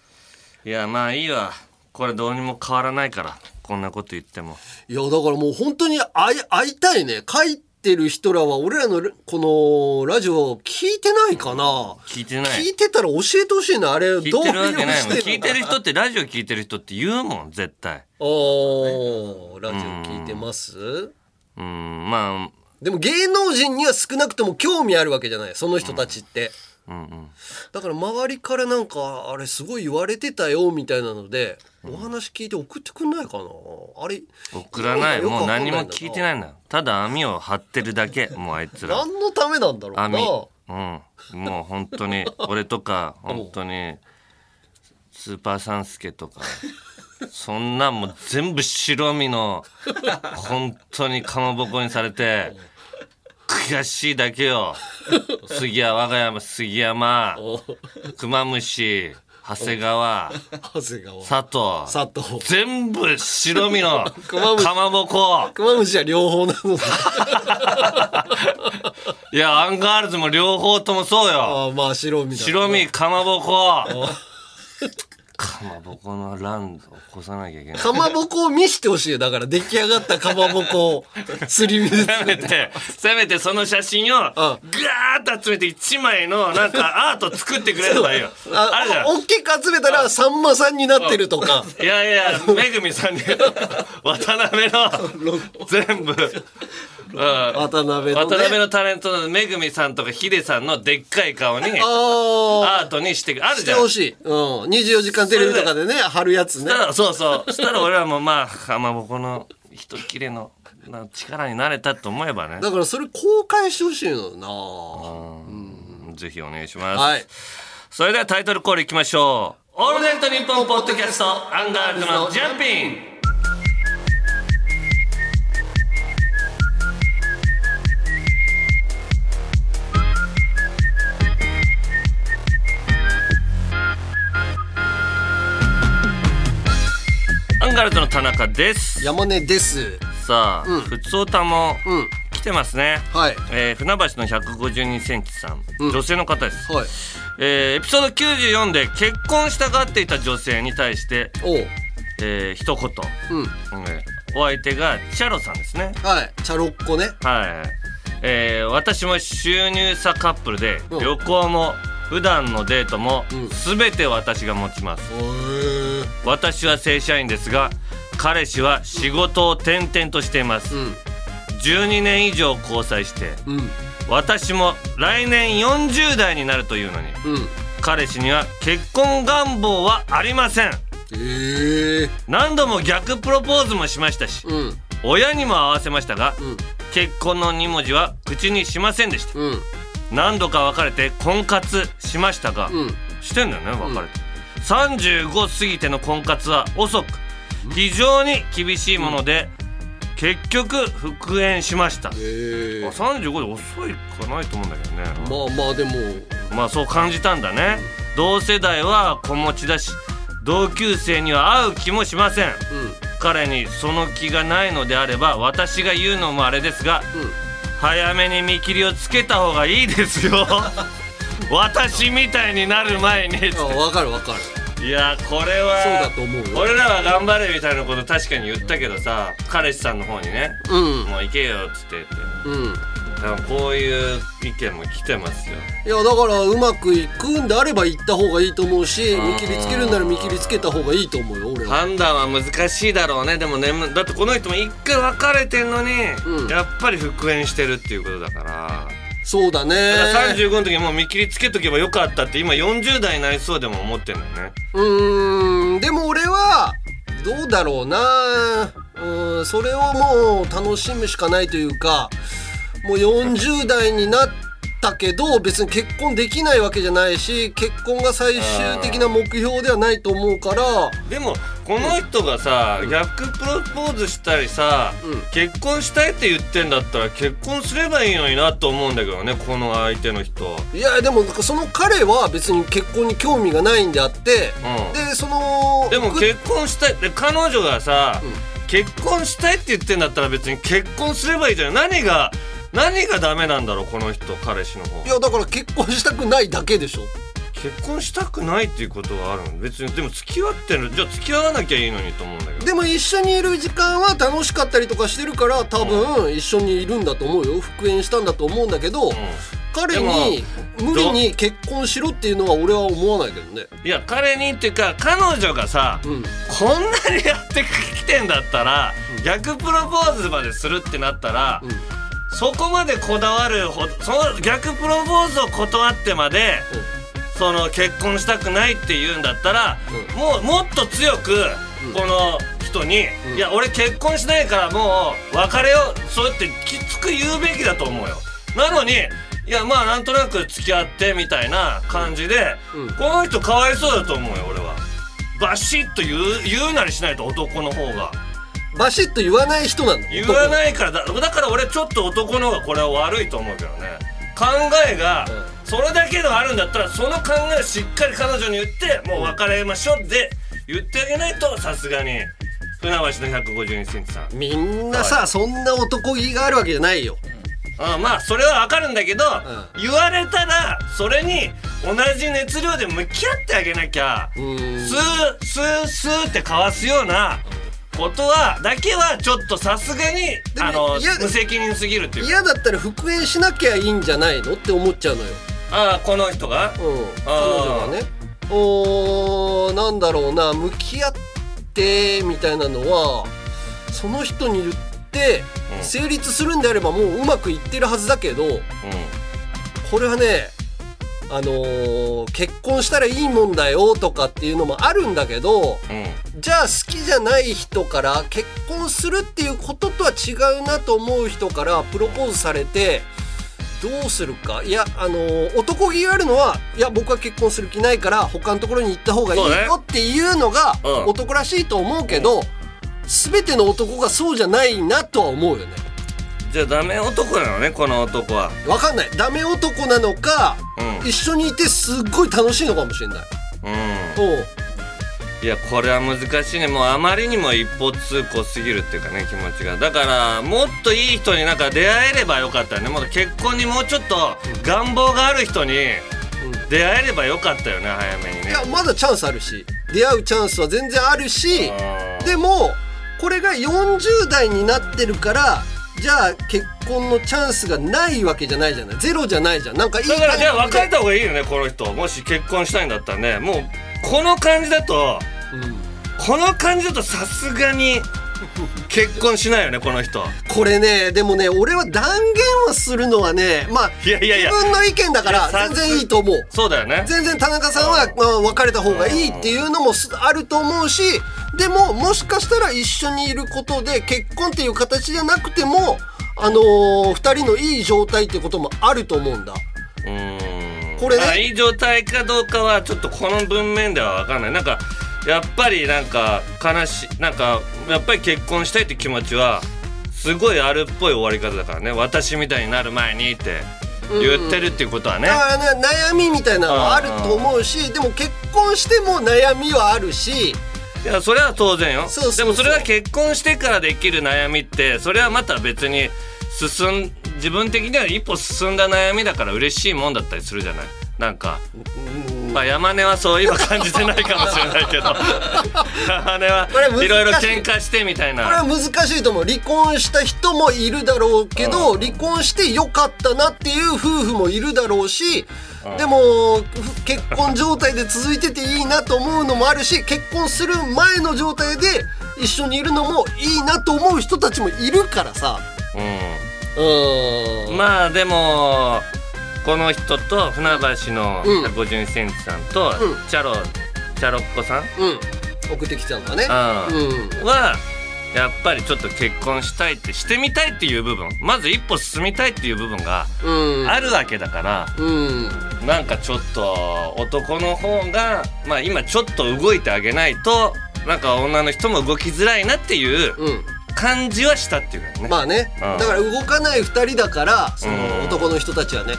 [SPEAKER 1] いやまあいいわこれどうにも変わらないからこんなこと言っても
[SPEAKER 2] いやだからもう本当に会い会いたいね書いてる人らは俺らのこのラジオ聞いてないかな
[SPEAKER 1] 聞いてない
[SPEAKER 2] 聞いてたら教えてほしいなあれどう
[SPEAKER 1] 聞
[SPEAKER 2] い
[SPEAKER 1] いうてるわけないもん
[SPEAKER 2] 風に
[SPEAKER 1] 聞いてる人ってラジオ聞いてる人って言うもん絶対
[SPEAKER 2] おーラジオ聞いてます、
[SPEAKER 1] うんま
[SPEAKER 2] でも芸能人には少なくとも興味あるわけじゃないその人たちって、
[SPEAKER 1] あうんうん
[SPEAKER 2] だから周りからなんかあれすごい言われてたよみたいなので、お話聞いて送ってくんないかなあれ
[SPEAKER 1] 送らないもう何も聞いてないいんだただ網を張ってるだけもうあいつら
[SPEAKER 2] 何のためなんだろうな
[SPEAKER 1] 網うんもう本当 <laughs> に俺とか本当にスーパーサンスケとかそんなんもう全部白身の本当にかまぼこにされ <laughs> て悔しいだけよ杉山我が家も杉山クマムシ長谷川
[SPEAKER 2] 長谷川
[SPEAKER 1] 佐藤
[SPEAKER 2] 佐藤
[SPEAKER 1] 全部白身の
[SPEAKER 2] マムシ
[SPEAKER 1] かまぼこ
[SPEAKER 2] クマムシは両方なの
[SPEAKER 1] <laughs>
[SPEAKER 2] だ
[SPEAKER 1] いやアンガールズも両方ともそうよ
[SPEAKER 2] ああまあ白身だ
[SPEAKER 1] 白身かまぼこかまぼこの乱を起こさなきゃいけない
[SPEAKER 2] かまぼこを見してほしいよだから出来上がったかまぼこをすり身で
[SPEAKER 1] せめてせめてその写真をガーッと集めて一枚のなんかアート作ってくれればいいよ
[SPEAKER 2] あ
[SPEAKER 1] <laughs> あるじゃん
[SPEAKER 2] 大きく集めたらさんまさんになってる
[SPEAKER 1] <laughs>
[SPEAKER 2] とか
[SPEAKER 1] いやいやめぐみさんに渡辺の全部うん
[SPEAKER 2] 渡辺の、ね、
[SPEAKER 1] 渡辺のタレントのめぐみさんとかヒデさんのでっかい顔
[SPEAKER 2] <laughs>
[SPEAKER 1] に
[SPEAKER 2] あ
[SPEAKER 1] アートにしてくあ
[SPEAKER 2] あ
[SPEAKER 1] る
[SPEAKER 2] し
[SPEAKER 1] じ
[SPEAKER 2] て
[SPEAKER 1] ゃん
[SPEAKER 2] ほしい、うん、24時間テレビとかでね貼るやつね
[SPEAKER 1] したらそうそうしたら俺はもうまあかまぼこの人切れのな力になれたと思えばね
[SPEAKER 2] だからそれ公開してほしいのよ
[SPEAKER 1] うんぜひお願いします、
[SPEAKER 2] なはい
[SPEAKER 1] それではタイトルコールいきましょう「オールナイトニッポン」ポッドキャストアンガールズのジャンピンアンガールズの田中です
[SPEAKER 2] 山根です
[SPEAKER 1] さあ、ふつおたも
[SPEAKER 2] うん
[SPEAKER 1] 来てますね、
[SPEAKER 2] はい
[SPEAKER 1] えー船橋の152センチさん、
[SPEAKER 2] うん
[SPEAKER 1] 女性の方です、
[SPEAKER 2] はい
[SPEAKER 1] えーエピソード94で結婚したがっていた女性に対して、
[SPEAKER 2] おう
[SPEAKER 1] えー一言、
[SPEAKER 2] うん
[SPEAKER 1] えーお相手がチャロさんですね
[SPEAKER 2] はいチャロッコね
[SPEAKER 1] はい、えー私も収入差カップルで
[SPEAKER 2] うん
[SPEAKER 1] 旅行も普段のデートも全て私が持ちます
[SPEAKER 2] ー
[SPEAKER 1] 私は正社員ですが彼氏は仕事を転々としています、
[SPEAKER 2] ん
[SPEAKER 1] 12年以上交際して
[SPEAKER 2] うん
[SPEAKER 1] 私も来年40代になるというのに
[SPEAKER 2] うん
[SPEAKER 1] 彼氏には結婚願望はありません
[SPEAKER 2] ええ
[SPEAKER 1] 何度も逆プロポーズもしましたし
[SPEAKER 2] うん
[SPEAKER 1] 親にも合わせましたが、
[SPEAKER 2] ん
[SPEAKER 1] 結婚の2文字は口にしませんでした
[SPEAKER 2] うん
[SPEAKER 1] 何度か別れて婚活しましたが、
[SPEAKER 2] うん
[SPEAKER 1] してんだよね別れて、35過ぎての婚活は遅く非常に厳しいもので、結局復縁しました、
[SPEAKER 2] ええ
[SPEAKER 1] まあ35で遅いかないと思うんだけどね、
[SPEAKER 2] まあまあでも
[SPEAKER 1] まあそう感じたんだね同世代は子持ちだし同級生には会う気もしません
[SPEAKER 2] うん
[SPEAKER 1] 彼にその気がないのであれば私が言うのもあれですが、
[SPEAKER 2] ん
[SPEAKER 1] 早めに見切りをつけた方がいいです
[SPEAKER 2] <laughs>
[SPEAKER 1] よ私みたいになる前に
[SPEAKER 2] あわかるわかる
[SPEAKER 1] いやこれ
[SPEAKER 2] そうだ
[SPEAKER 1] は
[SPEAKER 2] と思うよ
[SPEAKER 1] 俺らは頑張れみたいなこと確かに言ったけどさ彼氏さんの方にね
[SPEAKER 2] うん
[SPEAKER 1] もう行けよっつって言って
[SPEAKER 2] うん
[SPEAKER 1] だからこういう意見も来てますよ
[SPEAKER 2] いやだからうまくいくんであれば行った方がいいと思うし
[SPEAKER 1] ん
[SPEAKER 2] 見切りつけるなら見切りつけた方がいいと思うよ俺は
[SPEAKER 1] 判断は難しいだろうねでもねだってこの人も一回別れてんのに、
[SPEAKER 2] うん
[SPEAKER 1] やっぱり復縁してるっていうことだから
[SPEAKER 2] そうだね
[SPEAKER 1] だから35の時にもう見切りつけとけばよかったって今40代になりそうでも思ってんのよね
[SPEAKER 2] うーんでも俺はどうだろうなうーんそれをもう楽しむしかないというかもう40代になったけど別に結婚できないわけじゃないし結婚が最終的な目標ではないと思うから
[SPEAKER 1] でもこの人がさ、逆プロポーズしたりさ、
[SPEAKER 2] うん
[SPEAKER 1] 結婚したいって言ってんだったら結婚すればいいのになと思うんだけどねこの相手の人
[SPEAKER 2] いやでもその彼は別に結婚に興味がないんであって、
[SPEAKER 1] うん
[SPEAKER 2] でその
[SPEAKER 1] でも
[SPEAKER 2] ぐ
[SPEAKER 1] 結婚したいで彼女がさ、結婚したいって言ってんだったら別に結婚すればいいじゃない何が何がダメなんだろうこの人彼氏の方
[SPEAKER 2] いやだから結婚したくないだけでしょ
[SPEAKER 1] 結婚したくないっていうことはあるの別にでも付き合ってるじゃあ付き合わなきゃいいのにと思うんだけど
[SPEAKER 2] でも一緒にいる時間は楽しかったりとかしてるから多分一緒にいるんだと思うよ復縁したんだと思うんだけど、
[SPEAKER 1] う
[SPEAKER 2] 彼に無理に結婚しろっていうのは俺は思わないけどね
[SPEAKER 1] んいや彼にっていうか彼女がさ、
[SPEAKER 2] うん
[SPEAKER 1] こんなにやってきてんだったら、逆プロポーズまでするってなったら、
[SPEAKER 2] うん
[SPEAKER 1] そこまでこだわるほどその逆プロポーズを断ってまで、その結婚したくないって言うんだったら、
[SPEAKER 2] う
[SPEAKER 1] もうもっと強く
[SPEAKER 2] うん
[SPEAKER 1] この人に、
[SPEAKER 2] ん
[SPEAKER 1] いや俺結婚しないからもう別れようそうやってきつく言うべきだと思うよなのにいやまあなんとなく付き合ってみたいな感じで、
[SPEAKER 2] うん
[SPEAKER 1] この人かわいそうだと思うよ俺はバシッと言う言うなりしないと男の方が
[SPEAKER 2] バシッと言わない人なんだ
[SPEAKER 1] 言わ
[SPEAKER 2] い
[SPEAKER 1] ないからだだから俺ちょっと男の方がこれは悪いと思うけどね考えが
[SPEAKER 2] う
[SPEAKER 1] それだけではあるんだったらその考えをしっかり彼女に言ってもう別れましょうって言ってあげないとさすがに船橋の152センチさん
[SPEAKER 2] みんなさそんな男気があるわけじゃないよ
[SPEAKER 1] あまあそれはわかるんだけど、言われたらそれに同じ熱量で向き合ってあげなきゃ
[SPEAKER 2] うーん
[SPEAKER 1] スースースーってかわすようなことはだけはちょっとさすがに
[SPEAKER 2] でも
[SPEAKER 1] あの
[SPEAKER 2] いや
[SPEAKER 1] 無責任すぎるっていうか
[SPEAKER 2] 嫌だったら復縁しなきゃいいんじゃないのって思っちゃうのよ
[SPEAKER 1] ああこの人が
[SPEAKER 2] うん、彼
[SPEAKER 1] あー
[SPEAKER 2] 女がねおーなんだろうな向き合ってみたいなのはその人に言って
[SPEAKER 1] うん
[SPEAKER 2] 成立するんであればもううまくいってるはずだけどこれはねあのー結婚したらいいもんだよとかっていうのもあるんだけど
[SPEAKER 1] うんうん
[SPEAKER 2] じゃあ好きじゃない人から結婚するっていうこととは違うなと思う人からプロポーズされてどうするかいやあのー男気があるのはいや僕は結婚する気ないから他のところに行った方がいい
[SPEAKER 1] そうね
[SPEAKER 2] よっていうのが
[SPEAKER 1] うん
[SPEAKER 2] 男らしいと思うけど、全ての男がそうじゃないなとは思うよね
[SPEAKER 1] じゃあダメ男なのねこの男は
[SPEAKER 2] わかんないダメ男なのか
[SPEAKER 1] うん
[SPEAKER 2] 一緒にいてすっごい楽しいのかもしれない
[SPEAKER 1] うん
[SPEAKER 2] うん
[SPEAKER 1] いやこれは難しいねもうあまりにも一方通行すぎるっていうかね気持ちがだからもっといい人になんか出会えればよかったよねもっと結婚にもうちょっと願望がある人に出会えればよかったよね早めに
[SPEAKER 2] い
[SPEAKER 1] ね
[SPEAKER 2] やまだチャンスあるし出会うチャンスは全然あるしでもこれが40代になってるからじゃあ結婚のチャンスがないわけじゃないじゃないゼロじゃないじゃんなんかいい
[SPEAKER 1] だからじゃあ
[SPEAKER 2] タイミング
[SPEAKER 1] 別
[SPEAKER 2] で
[SPEAKER 1] れた方がいいよねこの人もし結婚したいんだったらねもうこの感じだとこの感じだとさすがに結婚しないよねこの人
[SPEAKER 2] これねでもね俺は断言をするのはねまあ
[SPEAKER 1] いやいやいや
[SPEAKER 2] 自分の意見だか
[SPEAKER 1] いや
[SPEAKER 2] ら
[SPEAKER 1] さ
[SPEAKER 2] 全然いいと思う
[SPEAKER 1] そうだよね
[SPEAKER 2] 全然田中さんは、まあ、別れた方がいいっていうのもすあると思うしでももしかしたら一緒にいることで結婚っていう形じゃなくてもあのー、2人のいい状態ってこともあると思うんだ
[SPEAKER 1] うーん
[SPEAKER 2] これね
[SPEAKER 1] まあいい状態かどうかはちょっとこの文面では分かんないなんかやっぱりなんか悲しいなんかやっぱり結婚したいって気持ちはすごいあるっぽい終わり方だからね私みたいになる前にって言ってるっていうことはね、
[SPEAKER 2] だからね悩みみたいなのはあると思うしでも結婚しても悩みはあるし
[SPEAKER 1] いやそれは当然よ
[SPEAKER 2] そうそうそう
[SPEAKER 1] でもそれが結婚してからできる悩みってそれはまた別に進ん自分的には一歩進んだ悩みだから嬉しいもんだったりするじゃないなんか、まあ山根はそう今感じてないかもしれない
[SPEAKER 2] <laughs>
[SPEAKER 1] けど山根は
[SPEAKER 2] これ難しい
[SPEAKER 1] いろいろ喧嘩してみたい
[SPEAKER 2] これ
[SPEAKER 1] な
[SPEAKER 2] は難しいと思う離婚した人もいるだろうけど離婚してよかったなっていう夫婦もいるだろうしでもふ結婚状態で続いてていいなと思うのもあるし結婚する前の状態で一緒にいるのもいいなと思う人たちもいるからさう
[SPEAKER 1] う
[SPEAKER 2] ー
[SPEAKER 1] ん
[SPEAKER 2] ん
[SPEAKER 1] まあでもこの人と船橋の
[SPEAKER 2] うん
[SPEAKER 1] 150センチさんと、
[SPEAKER 2] ん
[SPEAKER 1] チャロチャロッコさん、
[SPEAKER 2] うん送ってきたのはね
[SPEAKER 1] うん
[SPEAKER 2] うん
[SPEAKER 1] はやっぱりちょっと結婚したいってしてみたいっていう部分まず一歩進みたいっていう部分が
[SPEAKER 2] うん
[SPEAKER 1] あるわけだから、
[SPEAKER 2] うん
[SPEAKER 1] なんかちょっと男の方がまあ今ちょっと動いてあげないとなんか女の人も動きづらいなっていう
[SPEAKER 2] うん
[SPEAKER 1] 感じはしたっていうかね。
[SPEAKER 2] まあね、
[SPEAKER 1] うん
[SPEAKER 2] だから動かない2人だからそ
[SPEAKER 1] うん
[SPEAKER 2] の男の人たちはね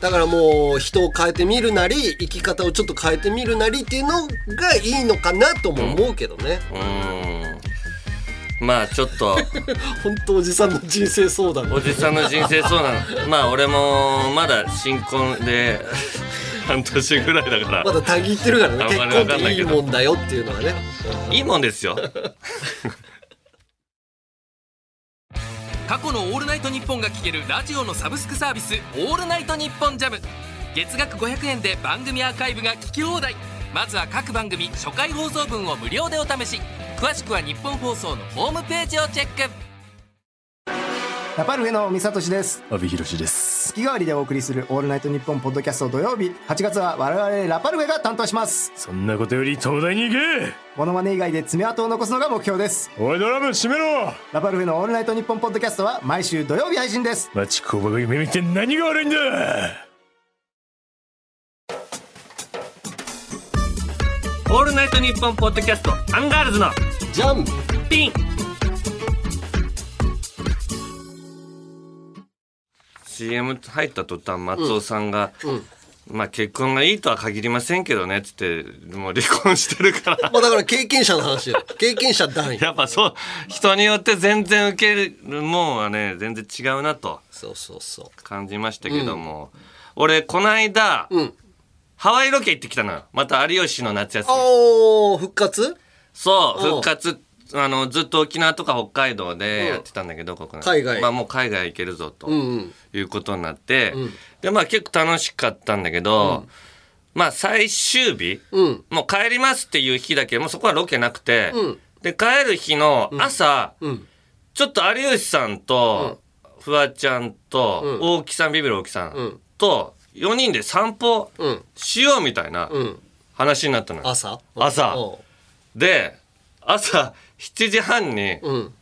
[SPEAKER 2] だからもう人を変えてみるなり生き方をちょっと変えてみるなりっていうのがいいのかなとも思うけどね、
[SPEAKER 1] うーんまあちょっと
[SPEAKER 2] 本当おじさんの人生相談
[SPEAKER 1] おじさんの人生相談まあ俺もまだ新婚で半年ぐらいだから
[SPEAKER 2] まだたぎってるからね
[SPEAKER 1] あん
[SPEAKER 2] 結
[SPEAKER 1] まり
[SPEAKER 2] 婚
[SPEAKER 1] わかん
[SPEAKER 2] っ
[SPEAKER 1] な
[SPEAKER 2] て
[SPEAKER 1] い
[SPEAKER 2] い
[SPEAKER 1] け
[SPEAKER 2] い
[SPEAKER 1] ど
[SPEAKER 2] もんだよっていうのはね
[SPEAKER 1] いいもんですよ。
[SPEAKER 3] 過去の「オールナイトニッポン」が聴けるラジオのサブスクサービス「オールナイトニッポンジャム月額500円で番組アーカイブが聞き放題まずは各番組初回放送分を無料でお試し詳しくは日本放送のホームページをチェック
[SPEAKER 4] ラパルフェの三聡です。
[SPEAKER 5] 阿部寛です
[SPEAKER 4] 月替わりでお送りするオールナイトニッポンポッドキャスト土曜日、8月は我々ラパルフェが担当します。
[SPEAKER 5] そんなことより東大に行け
[SPEAKER 4] モノマネ以外で爪痕を残すのが目標です。
[SPEAKER 5] おいドラム閉めろ
[SPEAKER 4] ラパルフェのオールナイトニッポンポッドキャストは毎週土曜日配信です。
[SPEAKER 5] 町工場が夢見て何が悪いんだ
[SPEAKER 1] 「オールナイトニッポン」ポッドキャストアンガールズの
[SPEAKER 2] ジャン
[SPEAKER 1] ピン CM 入った途端松尾さんが、まあ結婚がいいとは限りませんけどね」っつってもう離婚してるから
[SPEAKER 2] <laughs> まあだから経験者の話よ経験者団員
[SPEAKER 1] やっぱそう人によって全然受けるもんはね全然違うなと
[SPEAKER 2] そうそうそ
[SPEAKER 1] 感じましたけども、俺この間、
[SPEAKER 2] ううん
[SPEAKER 1] ハワイロケ行ってきたのよまた有吉の夏休み
[SPEAKER 2] おー復活
[SPEAKER 1] そう
[SPEAKER 2] うん
[SPEAKER 1] 復活あのずっと沖縄とか北海道でやってたんだけど、ここね
[SPEAKER 2] 海外
[SPEAKER 1] まあもう海外行けるぞと、
[SPEAKER 2] うんうん
[SPEAKER 1] いうことになって、でまあ結構楽しかったんだけど、まあ最終日、
[SPEAKER 2] うん
[SPEAKER 1] もう帰りますっていう日だけもうそこはロケなくて、で帰る日の朝、
[SPEAKER 2] ん
[SPEAKER 1] ちょっと有吉さんと、フワちゃんと、大木さんビビる大木さん、
[SPEAKER 2] ん
[SPEAKER 1] と4人で散歩
[SPEAKER 2] うん
[SPEAKER 1] しようみたいな
[SPEAKER 2] うん
[SPEAKER 1] 話になったのよ、
[SPEAKER 2] 朝
[SPEAKER 1] 朝
[SPEAKER 2] お
[SPEAKER 1] で朝7時半に
[SPEAKER 2] ううん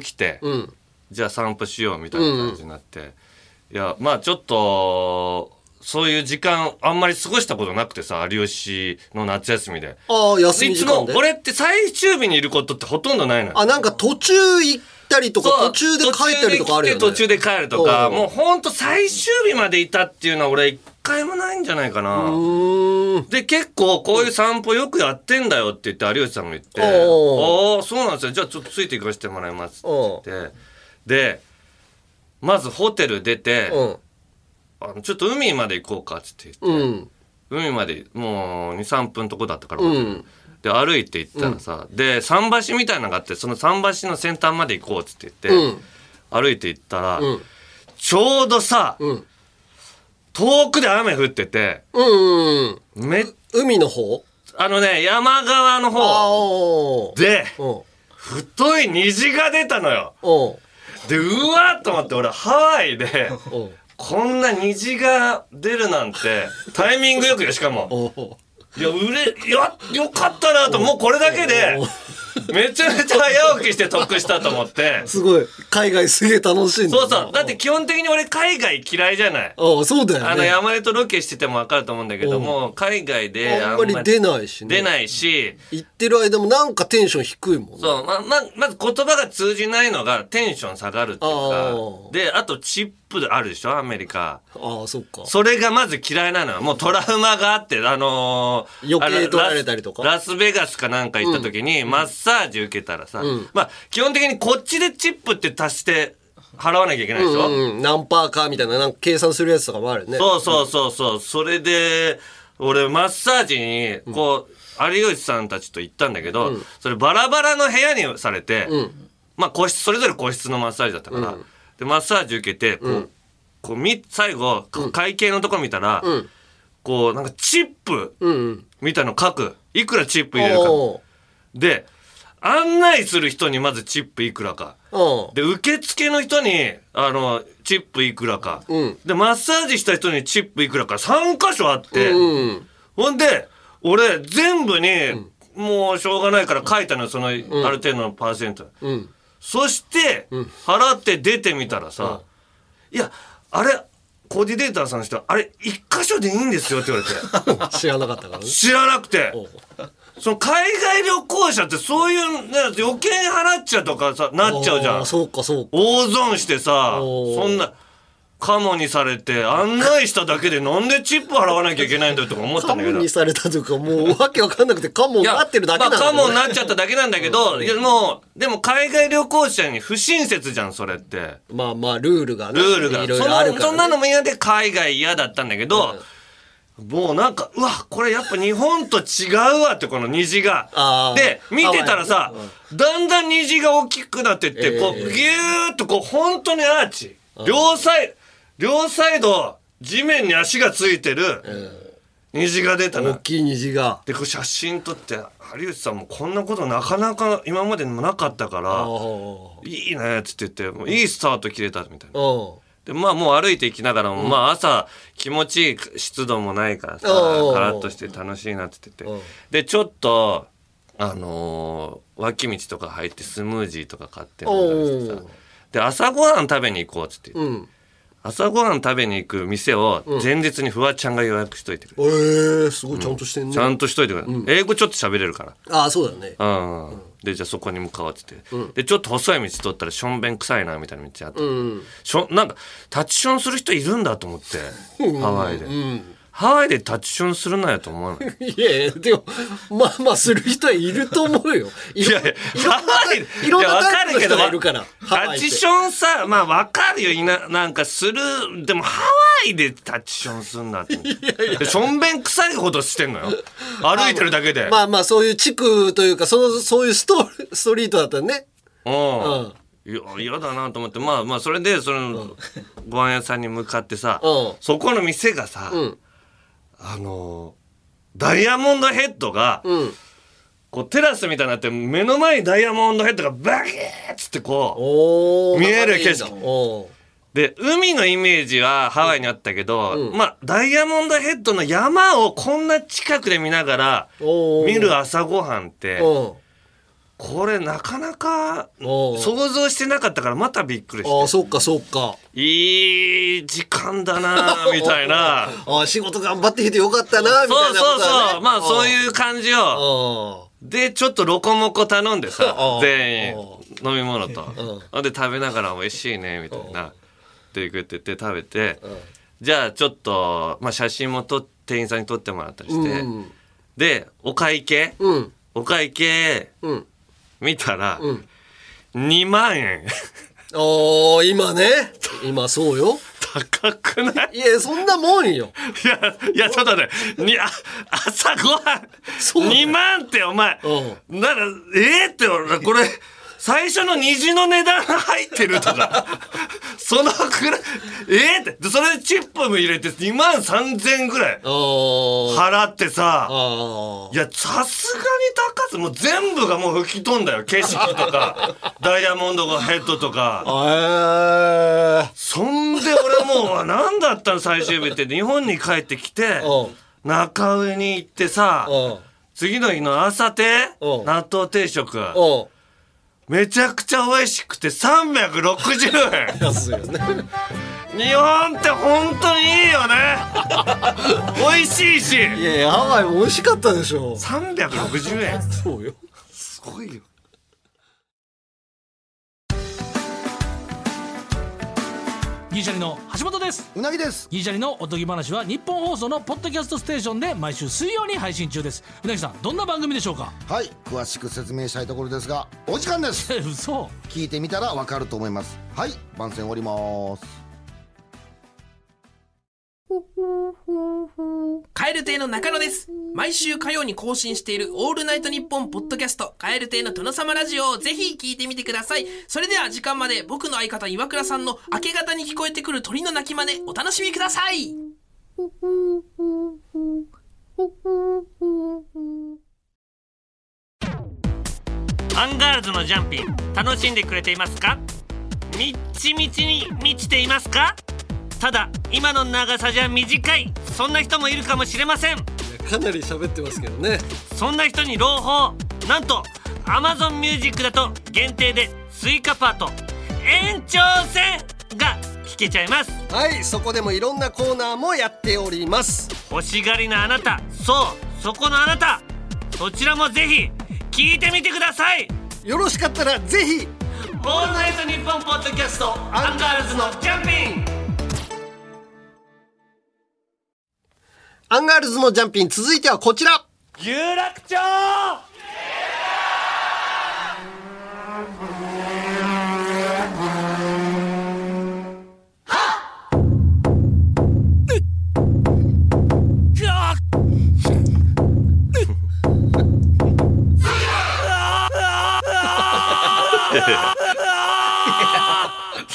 [SPEAKER 1] 起きて、
[SPEAKER 2] うん
[SPEAKER 1] じゃあ散歩しようみたいな感じになって、いやまあちょっとそういう時間あんまり過ごしたことなくてさ有吉の夏休みで。
[SPEAKER 2] ああ休み
[SPEAKER 1] い
[SPEAKER 2] 時
[SPEAKER 1] つ
[SPEAKER 2] 間
[SPEAKER 1] も
[SPEAKER 2] で
[SPEAKER 1] 俺って最終日にいることってほとんどないのよ
[SPEAKER 2] あ、なんか途中行ったりとか、
[SPEAKER 1] そう
[SPEAKER 2] 途中で帰ったりとかあるよね。
[SPEAKER 1] 途中で来て途中で帰るとか
[SPEAKER 2] うん
[SPEAKER 1] もうほんと最終日までいたっていうのは俺一回もないんじゃないかな。
[SPEAKER 2] うーん。
[SPEAKER 1] で、結構こういう散歩よくやってんだよって言って有吉さんも言って、ああ
[SPEAKER 2] お
[SPEAKER 1] ー、そうなんですよ。じゃあちょっとついていかせてもらいます
[SPEAKER 2] おう
[SPEAKER 1] って言って、で、まずホテル出て、
[SPEAKER 2] うん。
[SPEAKER 1] あのちょっと海まで行こうかって言って、
[SPEAKER 2] うん。
[SPEAKER 1] 海までもう2、3分とこだったから、
[SPEAKER 2] うん。
[SPEAKER 1] で、歩いて行ったらさ、で、桟橋みたいなのがあって、その桟橋の先端まで行こうって言って、
[SPEAKER 2] うん。
[SPEAKER 1] 歩いて行ったら、
[SPEAKER 2] うん
[SPEAKER 1] ちょうどさ、
[SPEAKER 2] うん
[SPEAKER 1] 遠くで雨降ってて、
[SPEAKER 2] うんうんうん
[SPEAKER 1] めっ、
[SPEAKER 2] 海の方
[SPEAKER 1] あのね、山側の
[SPEAKER 2] ああ
[SPEAKER 1] 方
[SPEAKER 2] おー
[SPEAKER 1] で、
[SPEAKER 2] うん
[SPEAKER 1] 太い虹が出たのよ。
[SPEAKER 2] うん
[SPEAKER 1] で、うわーっと思って、俺ハワイで、
[SPEAKER 2] うん
[SPEAKER 1] こんな虹が出るなんて、タイミングよくよ、しかも。
[SPEAKER 2] おー
[SPEAKER 1] いや、うれ、いや、よかったなと、もうこれだけで、めちゃめちゃ早起きして得したと思って。
[SPEAKER 2] すごい海外すげえ楽しいんだ
[SPEAKER 1] そうそう。だって基本的に俺海外嫌いじゃない。
[SPEAKER 2] ああそうだよね
[SPEAKER 1] あの、山根とロケしててもわかると思うんだけども、海外で
[SPEAKER 2] あんまり出ないしね
[SPEAKER 1] 出ないし、
[SPEAKER 2] 行ってる間もなんかテンション低いもんね
[SPEAKER 1] そう、ま、ま、まず言葉が通じないのがテンション下がるってい
[SPEAKER 2] あ
[SPEAKER 1] うか
[SPEAKER 2] ー、
[SPEAKER 1] で、あとチップあるでしょ、アメリカ。
[SPEAKER 2] ああそっか
[SPEAKER 1] それがまず嫌いなのよ。もうトラウマがあって、あのー
[SPEAKER 2] 余計
[SPEAKER 1] あの
[SPEAKER 2] 取られたりとか
[SPEAKER 1] ラスラスベガスかなんか行った時に、マッサージ受けたらさ、
[SPEAKER 2] ん
[SPEAKER 1] まあ、基本的にこっちでチップって足して払わなきゃいけないでしょ、
[SPEAKER 2] うんうん、何パーかみたいななんか計算するやつとかもあるよね
[SPEAKER 1] そうそうそうそう。それで、俺、マッサージに、こう、有吉さんたちと行ったんだけど、それバラバラの部屋にされて、まあ、個室、それぞれ個室のマッサージだったから、で、マッサージ受けて、こう、こうみ最後、会計のとこ見たら、
[SPEAKER 2] ん
[SPEAKER 1] こう、なんかチップ
[SPEAKER 2] うんうん
[SPEAKER 1] みたいの書く。いくらチップ入れるか。
[SPEAKER 2] お
[SPEAKER 1] で、案内する人にまずチップいくらか。
[SPEAKER 2] お
[SPEAKER 1] で、受付の人に、あの、チップいくらか。
[SPEAKER 2] うん
[SPEAKER 1] で、マッサージした人にチップいくらか、3箇所あって。
[SPEAKER 2] うん
[SPEAKER 1] ほんで、俺、全部に、もうしょうがないから書いたのよ、その、ある程度のパーセント。 <laughs>
[SPEAKER 2] うん
[SPEAKER 1] そして、払って出てみたらさ、いや、あれ、コーディネーターさんの人、あれ、1箇所でいいんですよって言われ
[SPEAKER 2] <laughs>
[SPEAKER 1] て。
[SPEAKER 2] 知らなかったからね
[SPEAKER 1] 知らなくて。
[SPEAKER 2] おう
[SPEAKER 1] その海外旅行者ってそういう、ね、余計に払っちゃうとかさ、なっちゃうじゃ
[SPEAKER 2] あー
[SPEAKER 1] ん。
[SPEAKER 2] そうかそうか
[SPEAKER 1] 大損してさ
[SPEAKER 2] おー
[SPEAKER 1] そんなカモにされて案内しただけでなんでチップ払わなきゃいけないんだよとか思った
[SPEAKER 2] カ
[SPEAKER 1] ん
[SPEAKER 2] モ
[SPEAKER 1] だけど。
[SPEAKER 2] にされたというかもうわけわかんなくてカモに
[SPEAKER 1] いや
[SPEAKER 2] なってるだけなんだ
[SPEAKER 1] まあ、カモに
[SPEAKER 2] ね
[SPEAKER 1] なっちゃっただけなんだけど、いやもう、でも海外旅行者に不親切じゃん、それって。
[SPEAKER 2] まあまあルールがね
[SPEAKER 1] ルールが。
[SPEAKER 2] いろいろある
[SPEAKER 1] その
[SPEAKER 2] から
[SPEAKER 1] そんな
[SPEAKER 2] ね
[SPEAKER 1] のも嫌で海外嫌だったんだけど、もうなんか、うわ、これやっぱ日本と違うわって、この虹が
[SPEAKER 2] あ。ー
[SPEAKER 1] で、見てたらさ、だんだん虹が大きくなってって、
[SPEAKER 2] えー
[SPEAKER 1] こう、ぎゅーっとこう、本当にアーチ。両サイド、両サイド、地面に足がついてる虹が出た
[SPEAKER 2] 大
[SPEAKER 1] な。
[SPEAKER 2] きい虹が
[SPEAKER 1] で、こう写真撮って、有吉さんもこんなことなかなか今までもなかったか
[SPEAKER 2] あ
[SPEAKER 1] ら
[SPEAKER 2] あ、
[SPEAKER 1] いいねっつって言って、もういいスタート切れたみたいな。
[SPEAKER 2] うん
[SPEAKER 1] でまあもう歩いていきながらも、まあ朝気持ちいい湿度もないからさ
[SPEAKER 2] おー
[SPEAKER 1] カラッとして楽しいなって言ってて
[SPEAKER 2] うん
[SPEAKER 1] でちょっとあのー脇道とか入ってスムージーとか買って飲んだりしてさ
[SPEAKER 2] おー
[SPEAKER 1] で朝ごはん食べに行こうっつって言って、
[SPEAKER 2] うん
[SPEAKER 1] 朝ごはん食べに行く店を前日にフワちゃんが予約しといてくれ、
[SPEAKER 2] えー、すごいちゃんとしてんね、
[SPEAKER 1] ちゃんとしといてくれ、英語ちょっと喋れるから。
[SPEAKER 2] ああそうだよね <laughs>
[SPEAKER 1] うんでじゃあそこに向かおうって言って、でちょっと細い道通ったらしょんべん臭いなみたいな道あって、しょなんかタチションする人いるんだと思ってハワイで、ハワイでタチションするなやと思わない
[SPEAKER 2] いやいやでもまあまあする人はいると思うよい
[SPEAKER 1] <laughs> い
[SPEAKER 2] ろ
[SPEAKER 1] や
[SPEAKER 2] ん
[SPEAKER 1] いや
[SPEAKER 2] いろんな
[SPEAKER 1] ハワイで
[SPEAKER 2] いろん
[SPEAKER 1] や
[SPEAKER 2] な
[SPEAKER 1] わ
[SPEAKER 2] タイプの人がいるからハ
[SPEAKER 1] タ
[SPEAKER 2] ワイって
[SPEAKER 1] チションさまあわかるよいななんかするでもハワイでタチションするんだって思ってでしょんべん臭いほどしてんのよ歩いてるだけで、
[SPEAKER 2] まあまあそういう地区というかそのそういうストストリートだったらね
[SPEAKER 1] うんいや嫌だなと思ってまあまあそれでそのご飯屋さんに向かってさ、
[SPEAKER 2] うん
[SPEAKER 1] そこの店がさ、
[SPEAKER 2] ん
[SPEAKER 1] あのーダイヤモンドヘッドが、
[SPEAKER 2] うん
[SPEAKER 1] こうテラスみたいになって目の前にダイヤモンドヘッドがバキーッつってこ
[SPEAKER 2] おー
[SPEAKER 1] 見える
[SPEAKER 2] 眺めいいんだ
[SPEAKER 1] 景色
[SPEAKER 2] おー
[SPEAKER 1] うで海のイメージはハワイにあったけど、まあダイヤモンドヘッドの山をこんな近くで見ながら
[SPEAKER 2] おー
[SPEAKER 1] 見る朝ごはんって
[SPEAKER 2] うん
[SPEAKER 1] これなかなか
[SPEAKER 2] おー
[SPEAKER 1] 想像してなかったからまたびっくりして。
[SPEAKER 2] ああそっかそっか
[SPEAKER 1] いい時間だ
[SPEAKER 2] <laughs>
[SPEAKER 1] なみたいな。
[SPEAKER 2] ああ仕事頑張ってきてよかったなみた
[SPEAKER 1] そ
[SPEAKER 2] いうなこ
[SPEAKER 1] そ
[SPEAKER 2] と
[SPEAKER 1] う
[SPEAKER 2] だね
[SPEAKER 1] そう。まあそういう感じを。
[SPEAKER 2] あ
[SPEAKER 1] で、ちょっとロコモコ頼んでさ
[SPEAKER 2] う、ん
[SPEAKER 1] 全員飲み物と。ほんで食べながら美味しいね、みたいな。で、食ってって食べて、じゃあちょっと、まあ写真も撮っ店員さんに撮ってもらったりして
[SPEAKER 2] うん、
[SPEAKER 1] で、お会計、
[SPEAKER 2] あうん
[SPEAKER 1] お会計
[SPEAKER 2] うん
[SPEAKER 1] 見たら、2万円 <laughs>
[SPEAKER 2] おー今ね今そうよ
[SPEAKER 1] 高くない
[SPEAKER 2] いやそんなもんよ
[SPEAKER 1] いや、いや、ちょっとね、に、あ、朝ごはん、
[SPEAKER 2] そうだよ
[SPEAKER 1] 2万ってお前、
[SPEAKER 2] う
[SPEAKER 1] なら、ええって俺、これ、最初の虹の値段入ってるとか、 <laughs> そのくらい、えーって、でそれでチップも入れて2万3000ぐらい
[SPEAKER 2] おー。
[SPEAKER 1] 払ってさ、
[SPEAKER 2] あ
[SPEAKER 1] いや、さすがに高す、もう全部がもう吹き飛んだよ。景色とか、
[SPEAKER 2] <laughs>
[SPEAKER 1] ダイヤモンドヘッドとか。
[SPEAKER 2] あ。
[SPEAKER 1] そんで俺もう、何だったの最終日って、日本に帰ってきて
[SPEAKER 2] うん、
[SPEAKER 1] 中上に行ってさ
[SPEAKER 2] え、ー。
[SPEAKER 1] 次の日の朝定、
[SPEAKER 2] うん
[SPEAKER 1] 納豆定食、
[SPEAKER 2] うん。うん。
[SPEAKER 1] めちゃくちゃ美味しくて360円。
[SPEAKER 2] <laughs> 安いよね。
[SPEAKER 1] 日本って本当にいいよね。
[SPEAKER 2] <laughs>
[SPEAKER 1] 美味しいし、
[SPEAKER 2] いやいや、ハワイも美味しかったでしょ。
[SPEAKER 1] 360円。
[SPEAKER 2] そうよ。
[SPEAKER 1] すごいよ。
[SPEAKER 6] ギリシャリの橋本です
[SPEAKER 4] うなぎです
[SPEAKER 6] ギリシャリのおとぎ話は日本放送のポッドキャストステーションで毎週水曜に配信中ですうなぎさんどんな番組でしょうか
[SPEAKER 7] はい詳しく説明したいところですがお時間です
[SPEAKER 6] え嘘
[SPEAKER 7] 聞いてみたらわかると思いますはい番宣終わります
[SPEAKER 3] カエル亭の中野です毎週火曜に更新している「オールナイトニッポン」ポッドキャスト「カエル亭の殿様ラジオ」をぜひ聞いてみてくださいそれでは時間まで僕の相方岩倉さんの明け方に聞こえてくる鳥の鳴き真似お楽しみください
[SPEAKER 8] アンガールズのジャンピン楽しんでくれていますかみっちみちに満ちていますかただ今の長さじゃ短いそんな人もいるかもしれません
[SPEAKER 2] かなり喋ってますけどね。
[SPEAKER 8] そんな人に朗報なんと Amazon ミュージックだと限定でスイカパート延長戦が聞けちゃいます
[SPEAKER 2] はい、そこでもいろんなコーナーもやっております。
[SPEAKER 8] 欲しがりなあなたそうそこのあなたそちらもぜひ聞いてみてください
[SPEAKER 2] よろしかったらぜひ
[SPEAKER 8] オールナイトニッポンポッドキャストアンガールズのジャンピン
[SPEAKER 2] アンガールズのジャンピン続いてはこちら
[SPEAKER 1] <laughs> 有楽町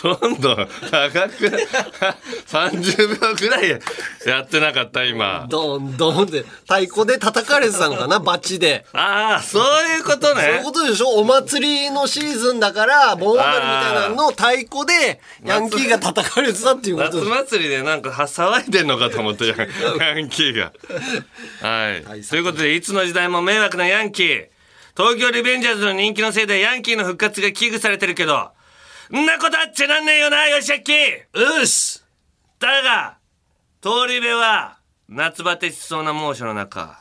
[SPEAKER 1] どんどん高く <laughs> 30秒くらいやってなかった今
[SPEAKER 2] ドンドンって太鼓で叩かれてたのかなバチで。
[SPEAKER 1] ああそういうこと
[SPEAKER 2] そうい
[SPEAKER 1] ね
[SPEAKER 2] うことでしょお祭りのシーズンだから盆踊りみたいなのの太鼓でヤンキーが叩かれてたっていうこ
[SPEAKER 1] 夏
[SPEAKER 2] とで
[SPEAKER 1] 祭りでなんかは騒いでんのかと思ったヤンヤンキーが。はい。ということで、いつの時代も迷惑なヤンキー。東京リベンジャーズの人気のせいでヤンキーの復活が危惧されてるけど、んなことあっちゃなんねえよな、ヨシャッキ <laughs> ーうっすだが、通り部は、夏バテしそうな猛暑の中、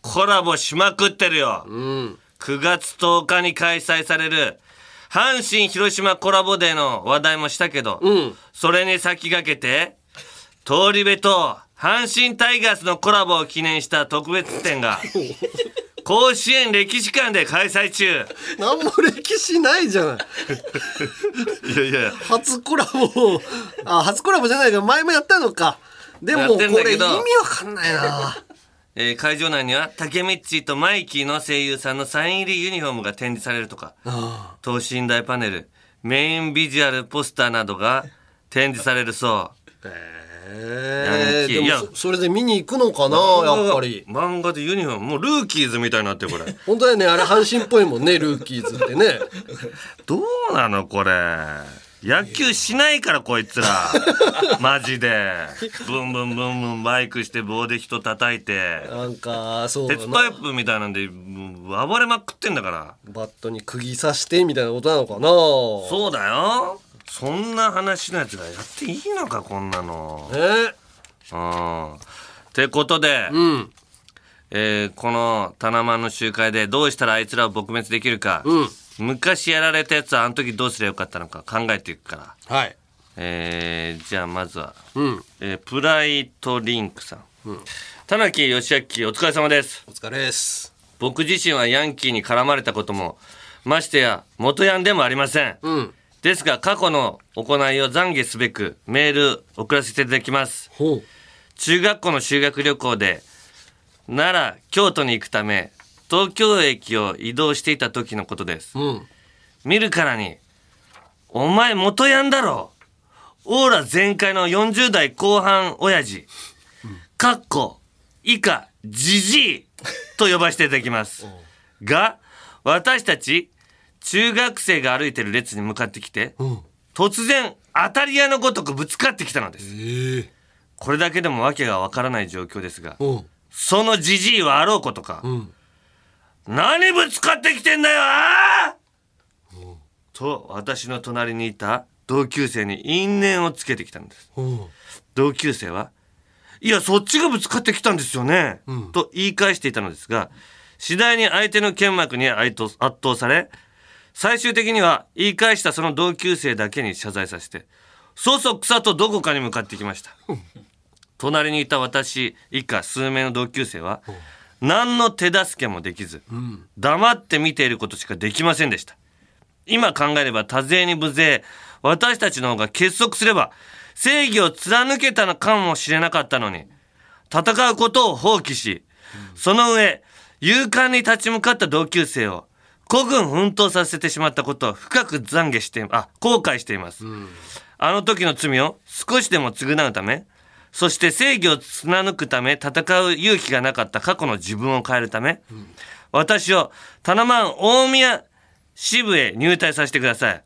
[SPEAKER 1] コラボしまくってるよ。9月10日に開催される阪神広島コラボデーの話題もしたけど、それに先駆けて通り部と阪神タイガースのコラボを記念した特別展 <laughs> が甲子園歴史館で開催中
[SPEAKER 2] 何も歴史ないじ
[SPEAKER 1] <laughs>
[SPEAKER 2] ゃない
[SPEAKER 1] いやいや
[SPEAKER 2] 初コラボをあ初コラボじゃないけど前もやったのかで
[SPEAKER 1] や
[SPEAKER 2] も
[SPEAKER 1] っ
[SPEAKER 2] こ
[SPEAKER 1] て
[SPEAKER 2] れ
[SPEAKER 1] んだ
[SPEAKER 2] 意
[SPEAKER 1] け
[SPEAKER 2] 味
[SPEAKER 1] ど
[SPEAKER 2] わかんないな
[SPEAKER 1] えー会場内には竹ミッチーとマイキーの声優さんのサイン入りユニフォームが展示されるとか等身大パネルメインビジュアルポスターなどが展示されるそう
[SPEAKER 2] え
[SPEAKER 1] ヤンキー
[SPEAKER 2] ー、
[SPEAKER 1] い
[SPEAKER 2] で
[SPEAKER 1] や
[SPEAKER 2] もそそれで見に行くのかなやっぱり
[SPEAKER 1] 漫画でユニフォームもうルーキーズみたいになってるこれ <laughs>
[SPEAKER 2] 本当だよねあれ阪神っぽいもんねルーキーズってね
[SPEAKER 1] どうなのこれ野球しないからこいつらマジでブンブンブンブンバイクして棒で人叩いて
[SPEAKER 2] なんかそうだ
[SPEAKER 1] 鉄
[SPEAKER 2] な
[SPEAKER 1] パイプみたいなんでうん暴れまくってんだから
[SPEAKER 2] バットに釘刺してみたいなことなのかな
[SPEAKER 1] そうだよそんな話のやつがやっていいのかこんなの
[SPEAKER 2] えー
[SPEAKER 1] うんってことで、
[SPEAKER 2] うん
[SPEAKER 1] えーこのタナマンの集会でどうしたらあいつらを撲滅できるか、昔やられたやつはあの時どうすればよかったのか考えていくから、
[SPEAKER 2] はい
[SPEAKER 1] えーじゃあまずは、
[SPEAKER 2] うん
[SPEAKER 1] えープライトリンクさん、田中義明お疲れ様です
[SPEAKER 2] お疲れです
[SPEAKER 1] 僕自身はヤンキーに絡まれたこともましてや元ヤンでもありません、
[SPEAKER 2] うん
[SPEAKER 1] ですが過去の行いを懺悔すべくメール送らせていただきます
[SPEAKER 2] ほう
[SPEAKER 1] 中学校の修学旅行で奈良京都に行くため東京駅を移動していた時のことです
[SPEAKER 2] うん
[SPEAKER 1] 見るからにお前元ヤンだろオーラ全開の40代後半親父かっこ以下じじいと呼ばせていただきますが私たち中学生が歩いてる列に向かってきて突然当たり屋のごとくぶつかってきたのですこれだけでも訳がわからない状況ですがそのじじいはあろうことか、何ぶつかってきてんだよあーと私の隣にいた同級生に因縁をつけてきたんです同級生はいやそっちがぶつかってきたんですよね、と言い返していたのですが次第に相手の剣幕に圧倒圧倒され最終的には言い返したその同級生だけに謝罪させてそそくさとどこかに向かってきました隣にいた私以下数名の同級生は何の手助けもできず黙って見ていることしかできませんでした今考えれば多勢に無勢私たちの方が結束すれば正義を貫けたのかもしれなかったのに戦うことを放棄しその上勇敢に立ち向かった同級生を孤軍奮闘させてしまったことを深く懺悔してあ後悔しています、あの時の罪を少しでも償うため、そして正義を貫くため戦う勇気がなかった過去の自分を変えるため、私をタナマン大宮支部へ入隊させてください。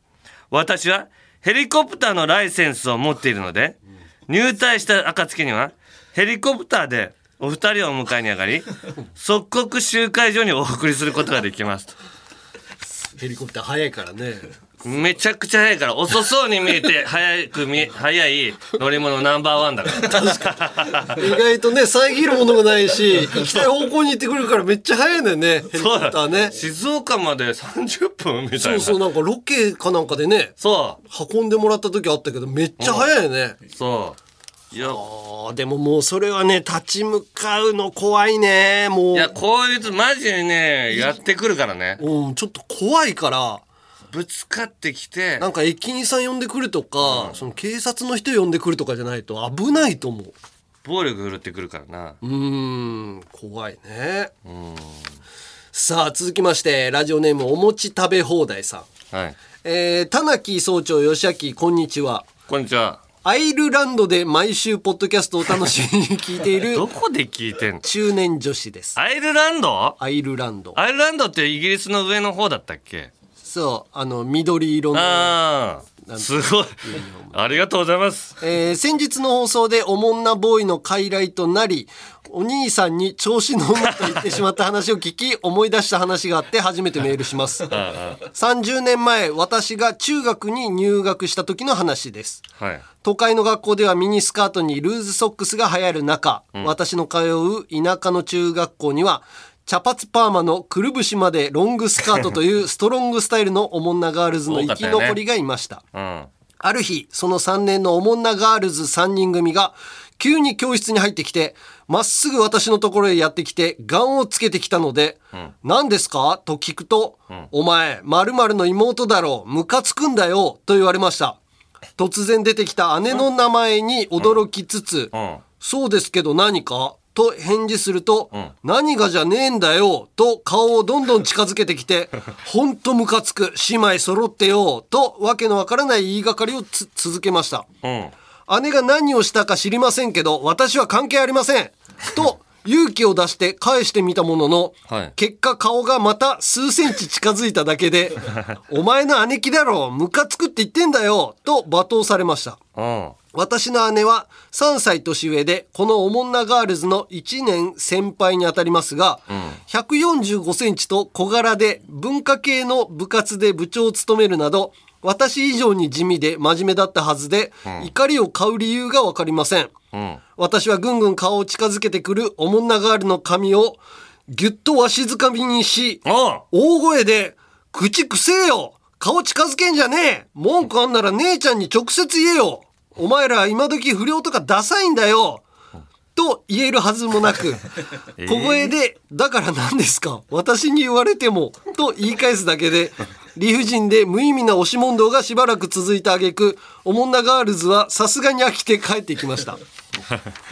[SPEAKER 1] 私はヘリコプターのライセンスを持っているので、入隊した暁にはヘリコプターでお二人をお迎えに上がり、即刻集会所にお送りすることができますと。
[SPEAKER 2] ヘリコプター早いからね。
[SPEAKER 1] めちゃくちゃ早いから遅そうに見えて早く見え早い乗り物ナンバーワンだから
[SPEAKER 2] 意外とね、遮るものがないし、行きたい方向に行ってくるからめっちゃ早いんだよね、ヘリコプターね。
[SPEAKER 1] 静岡まで30分みたいな
[SPEAKER 2] そうそう、なんかロケかなんかでね、
[SPEAKER 1] そ
[SPEAKER 2] 運んでもらった時あったけど、めっちゃ早いよね。
[SPEAKER 1] うそういや
[SPEAKER 2] ああ、でももうそれはね、立ち向かうの怖いね、
[SPEAKER 1] い
[SPEAKER 2] も。
[SPEAKER 1] うやこういうやつマジにねやってくるからね
[SPEAKER 2] うん、ちょっと怖いから、
[SPEAKER 1] ぶつかってきて
[SPEAKER 2] なんか駅員さん呼んでくるとか、その警察の人呼んでくるとかじゃないと危ないと思う。
[SPEAKER 1] 暴力振るってくるからな
[SPEAKER 2] うーん、怖いね。さあ、続きまして、ラジオネームお餅食べ放題さん。
[SPEAKER 1] はい
[SPEAKER 2] えー、田中総長、吉明、こんにちは。
[SPEAKER 1] こんにちは
[SPEAKER 2] アイルランドで毎週ポッドキャストを楽しみに聞いて
[SPEAKER 1] <laughs>
[SPEAKER 2] いる
[SPEAKER 1] どこで聞いてんの
[SPEAKER 2] 中年女子です。
[SPEAKER 1] アイルランド
[SPEAKER 2] アイルランド。
[SPEAKER 1] アイルランドってイギリスの上の方だったっけ
[SPEAKER 2] そう、あの、緑色の。
[SPEAKER 1] ああすごいありがとうございます
[SPEAKER 2] えー先日の放送でおもんなボーイの傀儡となり、お兄さんに調子のむと言ってしまった話を聞き、 <laughs> 思い出した話があって初めてメールします。30年前、私が中学に入学した時の話です。
[SPEAKER 1] はい
[SPEAKER 2] 都会の学校ではミニスカートにルーズソックスが流行る中、私の通う田舎の中学校には茶髪パーマのくるぶしまでロングスカートというストロングスタイルのおもんなガールズの生き残りがいました。
[SPEAKER 1] うん
[SPEAKER 2] ある日、その3年のおもんなガールズ3人組が、急に教室に入ってきて、まっすぐ私のところへやってきて、ガンをつけてきたので、何ですかと聞くと、お前、〇〇の妹だろう、ムカつくんだよ、と言われました。突然出てきた姉の名前に驚きつつ、
[SPEAKER 1] うん
[SPEAKER 2] そうですけど何かと返事すると、何がじゃねえんだよと顔をどんどん近づけてき
[SPEAKER 1] <laughs>
[SPEAKER 2] て、ほんとムカつく、姉妹揃ってよとわけのわからない言いがかりをつ続けました。
[SPEAKER 1] うん
[SPEAKER 2] 姉が何をしたか知りませんけど、私は関係ありませ
[SPEAKER 1] <laughs>
[SPEAKER 2] ん。と、勇気を出して返してみたものの、
[SPEAKER 1] はい
[SPEAKER 2] 結果顔がまた数センチ近づいただ
[SPEAKER 1] <laughs>
[SPEAKER 2] けで、お前の姉貴だろ、ムカつくって言ってんだよ、と罵倒されました。
[SPEAKER 1] うん
[SPEAKER 2] 私の姉は3歳年上で、このおもんなガールズの1年先輩にあたりますが、145センチと小柄で文化系の部活で部長を務めるなど、私以上に地味で真面目だったはずで、怒りを買う理由がわかりません。私はぐんぐん顔を近づけてくるおもんなガールの髪をぎゅっとわしづかみにし、
[SPEAKER 1] おう
[SPEAKER 2] 大声で、口くせえよ顔近づけんじゃねえ文句あんなら姉ちゃんに直接言えよお前ら今時不良とかダサいんだよと言えるはずもなく、小声で、だから何ですか私に言われても、と言い返すだけで、理不尽で無意味な押し問答がしばらく続いた挙句、おもんなガールズはさすがに飽きて帰ってきました。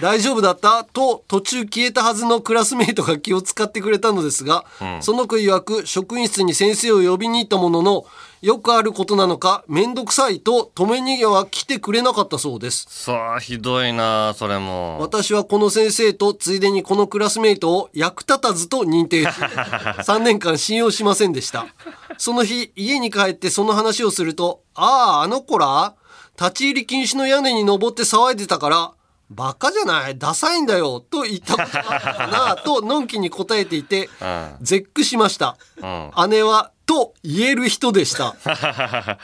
[SPEAKER 2] 大丈夫だったと途中消えたはずのクラスメイトが気を使ってくれたのですが、その子曰く職員室に先生を呼びに行ったもののよくあることなのか面倒くさいと止めには来てくれなかったそうです
[SPEAKER 1] さあひどいなそれも
[SPEAKER 2] 私はこの先生とついでにこのクラスメイトを役立たずと認定し3年間信用しませんでしたその日家に帰ってその話をすると「あああの子ら立ち入り禁止の屋根に登って騒いでたからバカじゃないダサいんだよ」と言ったことがあったなあとのんきに答えていて絶句しました、姉はと言える人でした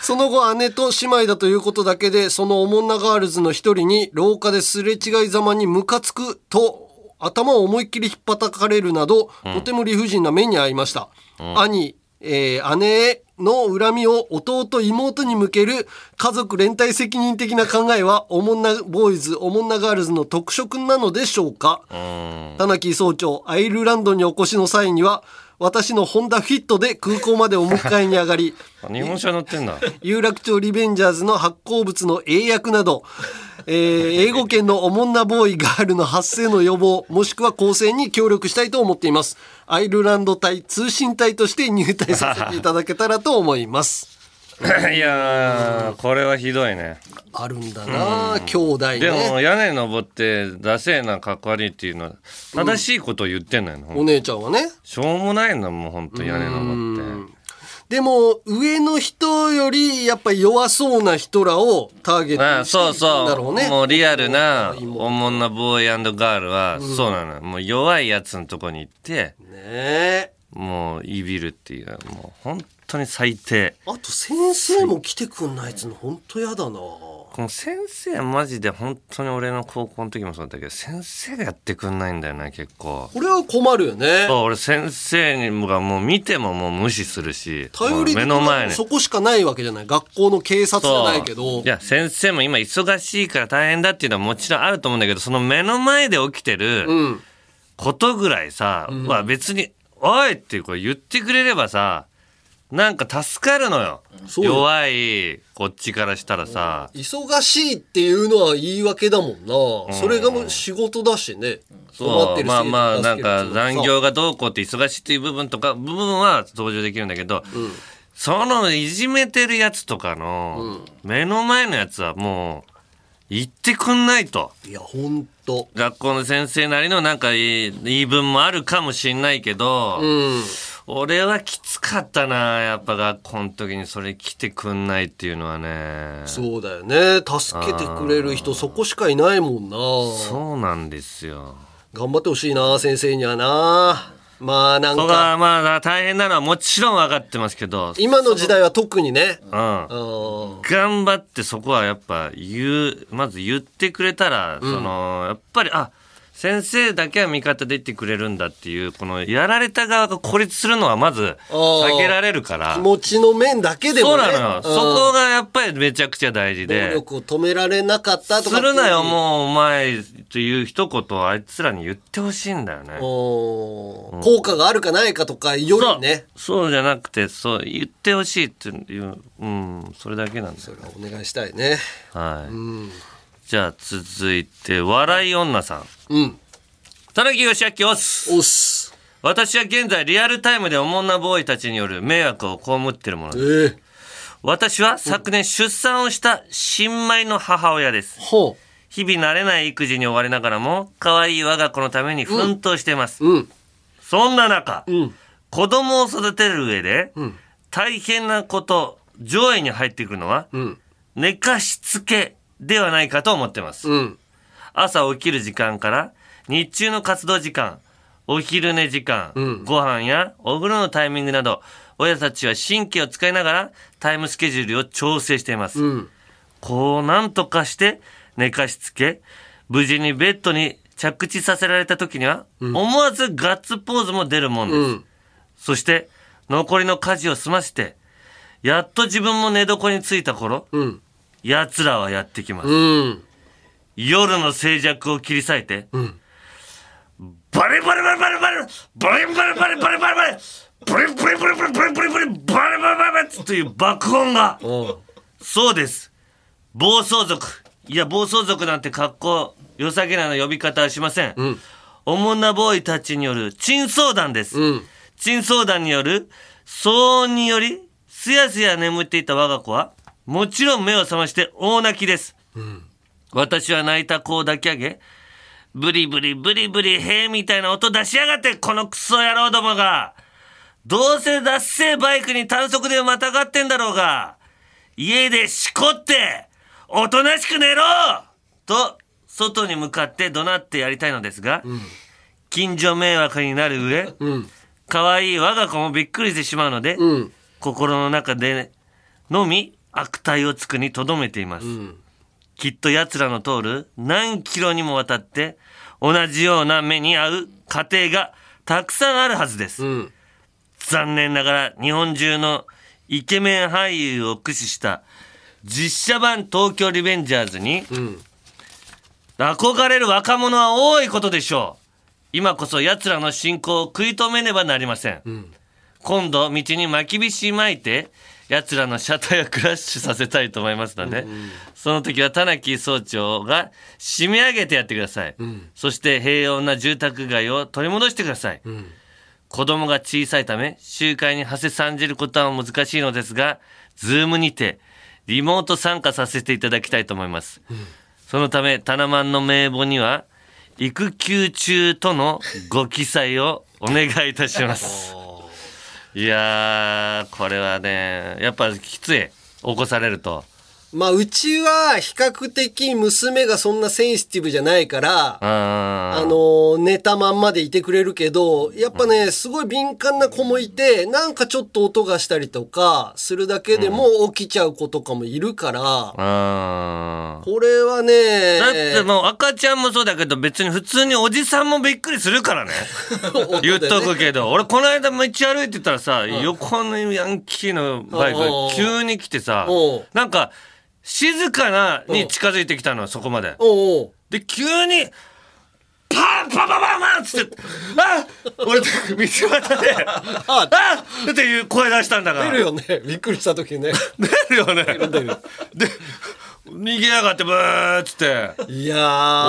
[SPEAKER 2] その後姉と姉妹だということだけでそのおもんなガールズの一人に廊下ですれ違いざまにムカつくと頭を思いっきりひっぱたかれるなど、とても理不尽な目に遭いました、兄、えー姉への恨みを弟妹に向ける家族連帯責任的な考えはおもんなボーイズおもんなガールズの特色なのでしょうか、田中総長アイルランドにお越しの際には私のホンダフィットで空港までお迎えに上がり <laughs>
[SPEAKER 1] 日本車乗ってんだ
[SPEAKER 2] 有楽町リベンジャーズの発行物の英訳など、えー英語圏のおもんなボーイガールの発生の予防もしくは構成に協力したいと思っていますアイルランド隊通信隊として入隊させていただけたらと思います
[SPEAKER 1] いやーこれはひどいね
[SPEAKER 2] あるんだなあ兄弟
[SPEAKER 1] でも
[SPEAKER 2] ね
[SPEAKER 1] 屋根登ってダセえなかっこ悪いっていうのは正しいことを言ってんのよ、ほんと
[SPEAKER 2] お姉ちゃんはね
[SPEAKER 1] しょうもないなもうほんと屋根登って
[SPEAKER 2] でも上の人よりやっぱ弱そうな人らをターゲット
[SPEAKER 1] あ
[SPEAKER 2] に
[SPEAKER 1] そう
[SPEAKER 2] していくんだろ
[SPEAKER 1] そうう
[SPEAKER 2] ね
[SPEAKER 1] もうリアルな
[SPEAKER 2] ね
[SPEAKER 1] おもんなボーイガールはそうなのよもう弱いやつのとこに行って
[SPEAKER 2] え
[SPEAKER 1] もういびるっていうもう本当に最低
[SPEAKER 2] あと先生も来てくんないっつうの本当やだな
[SPEAKER 1] この先生マジで本当に俺の高校の時もそうだったけど先生がやってくんないんだよね結構
[SPEAKER 2] これは困るよね
[SPEAKER 1] そう俺先生にがもう見てももう無視するし
[SPEAKER 2] 頼り
[SPEAKER 1] もう
[SPEAKER 2] で
[SPEAKER 1] 目の前に
[SPEAKER 2] そこしかないわけじゃない学校の警察じゃないけど
[SPEAKER 1] いや先生も今忙しいから大変だっていうのはもちろんあると思うんだけどその目の前で起きてる
[SPEAKER 2] うん
[SPEAKER 1] ことぐらいさ、は別に「おい!」っていうこれ言ってくれればさなんか助かるのよ
[SPEAKER 2] そうよ
[SPEAKER 1] 弱いこっちからしたらさ
[SPEAKER 2] 忙しいっていうのは言い訳だもんな、それがもう仕事だしね困っ
[SPEAKER 1] そ
[SPEAKER 2] て
[SPEAKER 1] う
[SPEAKER 2] る
[SPEAKER 1] まあ
[SPEAKER 2] 生徒
[SPEAKER 1] まあ
[SPEAKER 2] 助
[SPEAKER 1] なん
[SPEAKER 2] ける
[SPEAKER 1] か残業
[SPEAKER 2] さ
[SPEAKER 1] がどうこうって忙しいっていう部分とか部分は登場できるんだけど、そのいじめてるやつとかの目の前のやつはもう言ってくんないと。
[SPEAKER 2] いやほんと
[SPEAKER 1] 学校の先生なりのなんかいい言い分もあるかもしんないけど、
[SPEAKER 2] うん
[SPEAKER 1] 俺はきつかったなやっぱ学校の時にそれ来てくんないっていうのはねそ
[SPEAKER 2] そうだよね助けてくれる人そこしかいないもんな
[SPEAKER 1] うなんですよ
[SPEAKER 2] 頑張ってほしいな先生にはなまあなん
[SPEAKER 1] そこ
[SPEAKER 2] か
[SPEAKER 1] がまあ大変なのはもちろん分かってますけど、うん、
[SPEAKER 2] 今の時代は特にね
[SPEAKER 1] 頑
[SPEAKER 2] うん
[SPEAKER 1] 張ってそこはやっぱ言うまず言ってくれたら、そのやっぱりあ先生だけは味方で言ってくれるんだっていうこのやられた側が孤立するのはまず避けられるから
[SPEAKER 2] 気持ちの面だけで
[SPEAKER 1] そ
[SPEAKER 2] も
[SPEAKER 1] う
[SPEAKER 2] ね
[SPEAKER 1] なのよ。そこがやっぱりめちゃくちゃ大事
[SPEAKER 2] 暴
[SPEAKER 1] で。
[SPEAKER 2] 力を止められなかった
[SPEAKER 1] す
[SPEAKER 2] とかっていう
[SPEAKER 1] るなよ、もう、お前、という一言をあいつらに言ってほしいんだよね。
[SPEAKER 2] おー効果があるかないかとかよ
[SPEAKER 1] そ
[SPEAKER 2] り
[SPEAKER 1] う
[SPEAKER 2] ね。
[SPEAKER 1] そうじゃなくて、そう、言ってほしいっていう、うん、それだけなんだよ。
[SPEAKER 2] お願いしたいね。
[SPEAKER 1] はい。じゃあ、続いて、笑い女さん。
[SPEAKER 2] うん。
[SPEAKER 1] 田中義明おっす。
[SPEAKER 2] おっす。
[SPEAKER 1] 私は現在、リアルタイムでおもんなボーイたちによる迷惑を被っているもの
[SPEAKER 2] え
[SPEAKER 1] で
[SPEAKER 2] え
[SPEAKER 1] す。私は昨年出産をした新米の母親です。
[SPEAKER 2] ほ
[SPEAKER 1] 日々慣れない育児に追われながらも可愛い我が子のために奮闘しています、
[SPEAKER 2] う。うん。
[SPEAKER 1] そんな中、
[SPEAKER 2] ん
[SPEAKER 1] 子供を育てる上で、大変なこと上位に入ってくるのは、
[SPEAKER 2] ん
[SPEAKER 1] 寝かしつけではないかと思ってます、
[SPEAKER 2] うん。
[SPEAKER 1] 朝起きる時間から日中の活動時間お昼寝時間、ご飯やお風呂のタイミングなど親たちは神経を使いながらタイムスケジュールを調整しています、
[SPEAKER 2] うん。
[SPEAKER 1] こうなんとかして寝かしつけ、無事にベッドに着地させられた時には、思わずガッツポーズも出るもんです。
[SPEAKER 2] うん。
[SPEAKER 1] そして、残りの家事を済ませて、やっと自分も寝床に着いた頃、
[SPEAKER 2] うん。
[SPEAKER 1] 奴らはやってきます。
[SPEAKER 2] うん。
[SPEAKER 1] 夜の静寂を切り裂いて、バレバレバレバレバレバレバレバレバレバレバレブレブレブレブレブレブレブレバレバレバレバレという爆音が、
[SPEAKER 2] うん。
[SPEAKER 1] そうです。暴走族、いや暴走族なんて格好良さげな呼び方はしません、
[SPEAKER 2] ん
[SPEAKER 1] おもんなボーイたちによる珍相談です、
[SPEAKER 2] うん
[SPEAKER 1] 珍相談による騒音によりすやすや眠っていた我が子はもちろん目を覚まして大泣きです、私は泣いた子を抱き上げブリブリブリブリへえみたいな音出しやがってこのクソ野郎どもがどうせ脱せえバイクに短足でまたがってんだろうが家でしこって、おとなしく寝ろと、外に向かって怒鳴ってやりたいのですが、近所迷惑になる上、可愛い我が子もびっくりしてしまうので、
[SPEAKER 2] うん
[SPEAKER 1] 心の中でのみ悪態をつくにとどめています。きっと奴らの通る何キロにもわたって、同じような目に遭う家庭がたくさんあるはずです。
[SPEAKER 2] ん
[SPEAKER 1] 残念ながら日本中のイケメン俳優を駆使した実写版東京リベンジャーズに、憧れる若者は多いことでしょう。今こそ奴らの進行を食い止めねばなりません。今度、道にまきびし巻いて、奴らの車体をクラッシュさせたいと思いますので、その時は田中総長が締め上げてやってください。そして平穏な住宅街を取り戻してください。子供が小さいため、集会に馳せ参じることは難しいのですが、ズームにて、リモート参加させていただきたいと思います。そのため、タナマンの名簿には、育休中とのご記載をお願いいたします。いやー、これはね、やっぱきつい。起こされると。
[SPEAKER 2] まあ、うちは比較的娘がそんなセンシティブじゃないから、あ
[SPEAKER 1] あ
[SPEAKER 2] の
[SPEAKER 1] ー
[SPEAKER 2] ー寝たまんまでいてくれるけど、やっぱね、すごい敏感な子もいて、なんかちょっと音がしたりとか、するだけでも起きちゃう子とかもいるから、
[SPEAKER 1] あー。
[SPEAKER 2] これはね、
[SPEAKER 1] だってもう赤ちゃんもそうだけど別に普通におじさんもびっくりするからね。言っとくけど、俺この間道歩いてたらさ、横のヤンキーのバイクが急に来てさ
[SPEAKER 2] うん、
[SPEAKER 1] なんか静かなに近づいてきたの、そこまで。
[SPEAKER 2] おうおう
[SPEAKER 1] で、急に、パンパンパンパンパンっつって、あ俺、道端で、あっていう声出したんだから。
[SPEAKER 2] 出るよね。びっくりした
[SPEAKER 1] <laughs>
[SPEAKER 2] 時ね。
[SPEAKER 1] 出るよね。で、逃げやがって、ブーっつって。
[SPEAKER 2] いや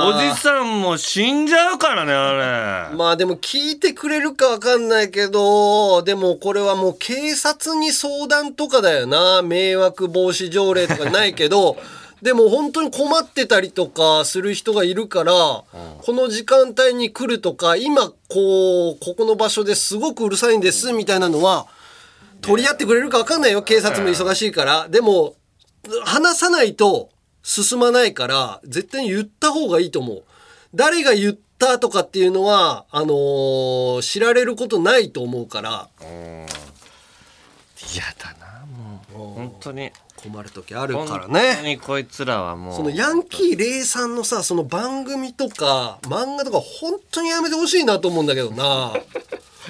[SPEAKER 1] お
[SPEAKER 2] ー
[SPEAKER 1] じさんも死んじゃうからね、あれ。
[SPEAKER 2] まあでも聞いてくれるかわかんないけど、でもこれはもう警察に相談とかだよな。迷惑防止条例とかないけど、でも本当に困ってたりとかする人がいるから、この時間帯に来るとか、今こう、ここの場所ですごくうるさいんですみたいなのは、取り合ってくれるかわかんないよ。警察も忙しいから。でも、話さないと進まないから、絶対に言った方がいいと思う。誰が言ったとかっていうのは、あのー知られることないと思うから、
[SPEAKER 1] 嫌だな、もう。本当に。
[SPEAKER 2] 困る時あるから
[SPEAKER 1] 本当
[SPEAKER 2] ね。
[SPEAKER 1] にこいつらはもう。
[SPEAKER 2] そのヤンキーレイさんのさ、その番組とか、漫画とか本当にやめてほしいなと思うんだけ
[SPEAKER 1] <laughs>
[SPEAKER 2] どな。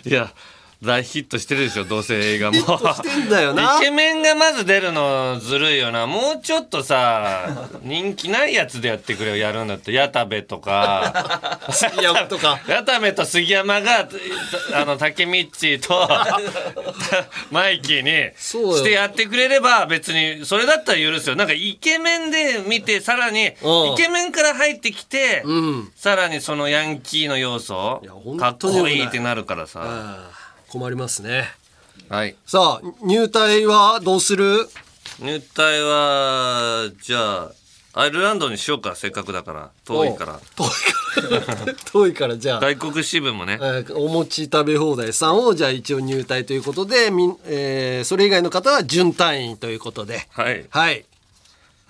[SPEAKER 1] いや、大ヒットしてるでしょ、どうせ映画も。
[SPEAKER 2] ヒットしてんだよな
[SPEAKER 1] イケメンがまず出るのずるいよな。もうちょっとさ、人気ないやつでやってくれよ、やるんだって。矢田部とか。
[SPEAKER 2] いや、とか。
[SPEAKER 1] 矢田部と杉山が、 <laughs> あの、竹ミッチー
[SPEAKER 2] <laughs>
[SPEAKER 1] と、マイキーに
[SPEAKER 2] そうよ
[SPEAKER 1] してやってくれれば別に、それだったら許すよ。なんかイケメンで見て、さらに、イ
[SPEAKER 2] うん
[SPEAKER 1] ケメンから入ってきて、
[SPEAKER 2] うん。
[SPEAKER 1] さらにそのヤンキーの要素
[SPEAKER 2] いや本、
[SPEAKER 1] かっ
[SPEAKER 2] 当に良くない
[SPEAKER 1] こいいってなるからさ。
[SPEAKER 2] あー困りますね。
[SPEAKER 1] はい。
[SPEAKER 2] さあ、入隊はどうする
[SPEAKER 1] 入隊は、じゃあ、アイルランドにしようか、せっかくだから。遠いから。
[SPEAKER 2] 遠いから。遠いから、じゃあ。
[SPEAKER 1] 外国支部もね
[SPEAKER 2] え。ーお餅食べ放題さんをじゃあ一応入隊ということでみん、えーそれ以外の方は準隊員ということで
[SPEAKER 1] はい。
[SPEAKER 2] はい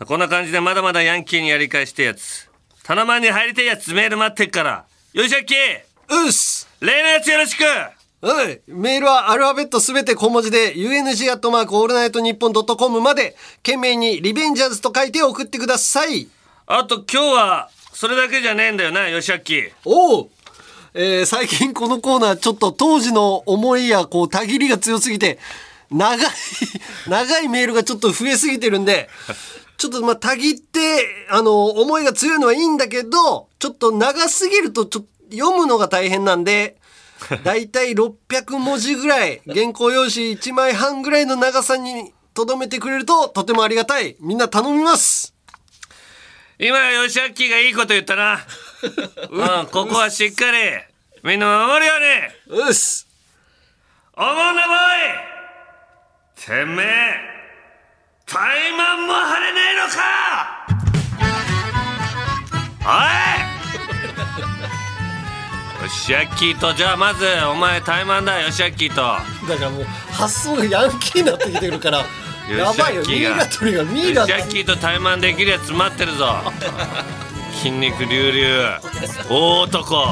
[SPEAKER 1] こんな感じでまだまだヤンキーにやり返してえやつ。タナマンに入りてえやつメール待ってっから。よいしょっき
[SPEAKER 2] うっす
[SPEAKER 1] 例のやつよろしく
[SPEAKER 2] はいメールはアルファベットすべて小文字で UNG アットマークオールナイトニッポンドットコムまで懸命にリベンジャーズと書いて送ってください
[SPEAKER 1] あと今日は、それだけじゃねえんだよな、よしあっき。
[SPEAKER 2] おうえー最近このコーナーちょっと当時の思いやこうたぎりが強すぎて長い <laughs> 長いメールがちょっと増えすぎてるんでちょっとまあたぎってあの思いが強いのはいいんだけどちょっと長すぎるとちょっと読むのが大変なんでだいたい600文字ぐらい原稿用紙1枚半ぐらいの長さにとどめてくれるととてもありがたいみんな頼みます
[SPEAKER 1] 今吉明がいいこと言ったなうんここはしっかりみんな守るように
[SPEAKER 2] うっす
[SPEAKER 1] おもんなボーイてめえ怠慢も晴れねえのかおいよしあきとじゃあまずお前怠慢だよしあきと
[SPEAKER 2] だからもう発想がヤンキーになってきて
[SPEAKER 1] <laughs>
[SPEAKER 2] るから
[SPEAKER 1] よ
[SPEAKER 2] や
[SPEAKER 1] し
[SPEAKER 2] ば
[SPEAKER 1] あ
[SPEAKER 2] いよミ
[SPEAKER 1] き
[SPEAKER 2] イ
[SPEAKER 1] が
[SPEAKER 2] ラ取りがミイ
[SPEAKER 1] よ
[SPEAKER 2] ラ
[SPEAKER 1] しあきと怠慢できるやつ待ってるぞ筋肉隆々大男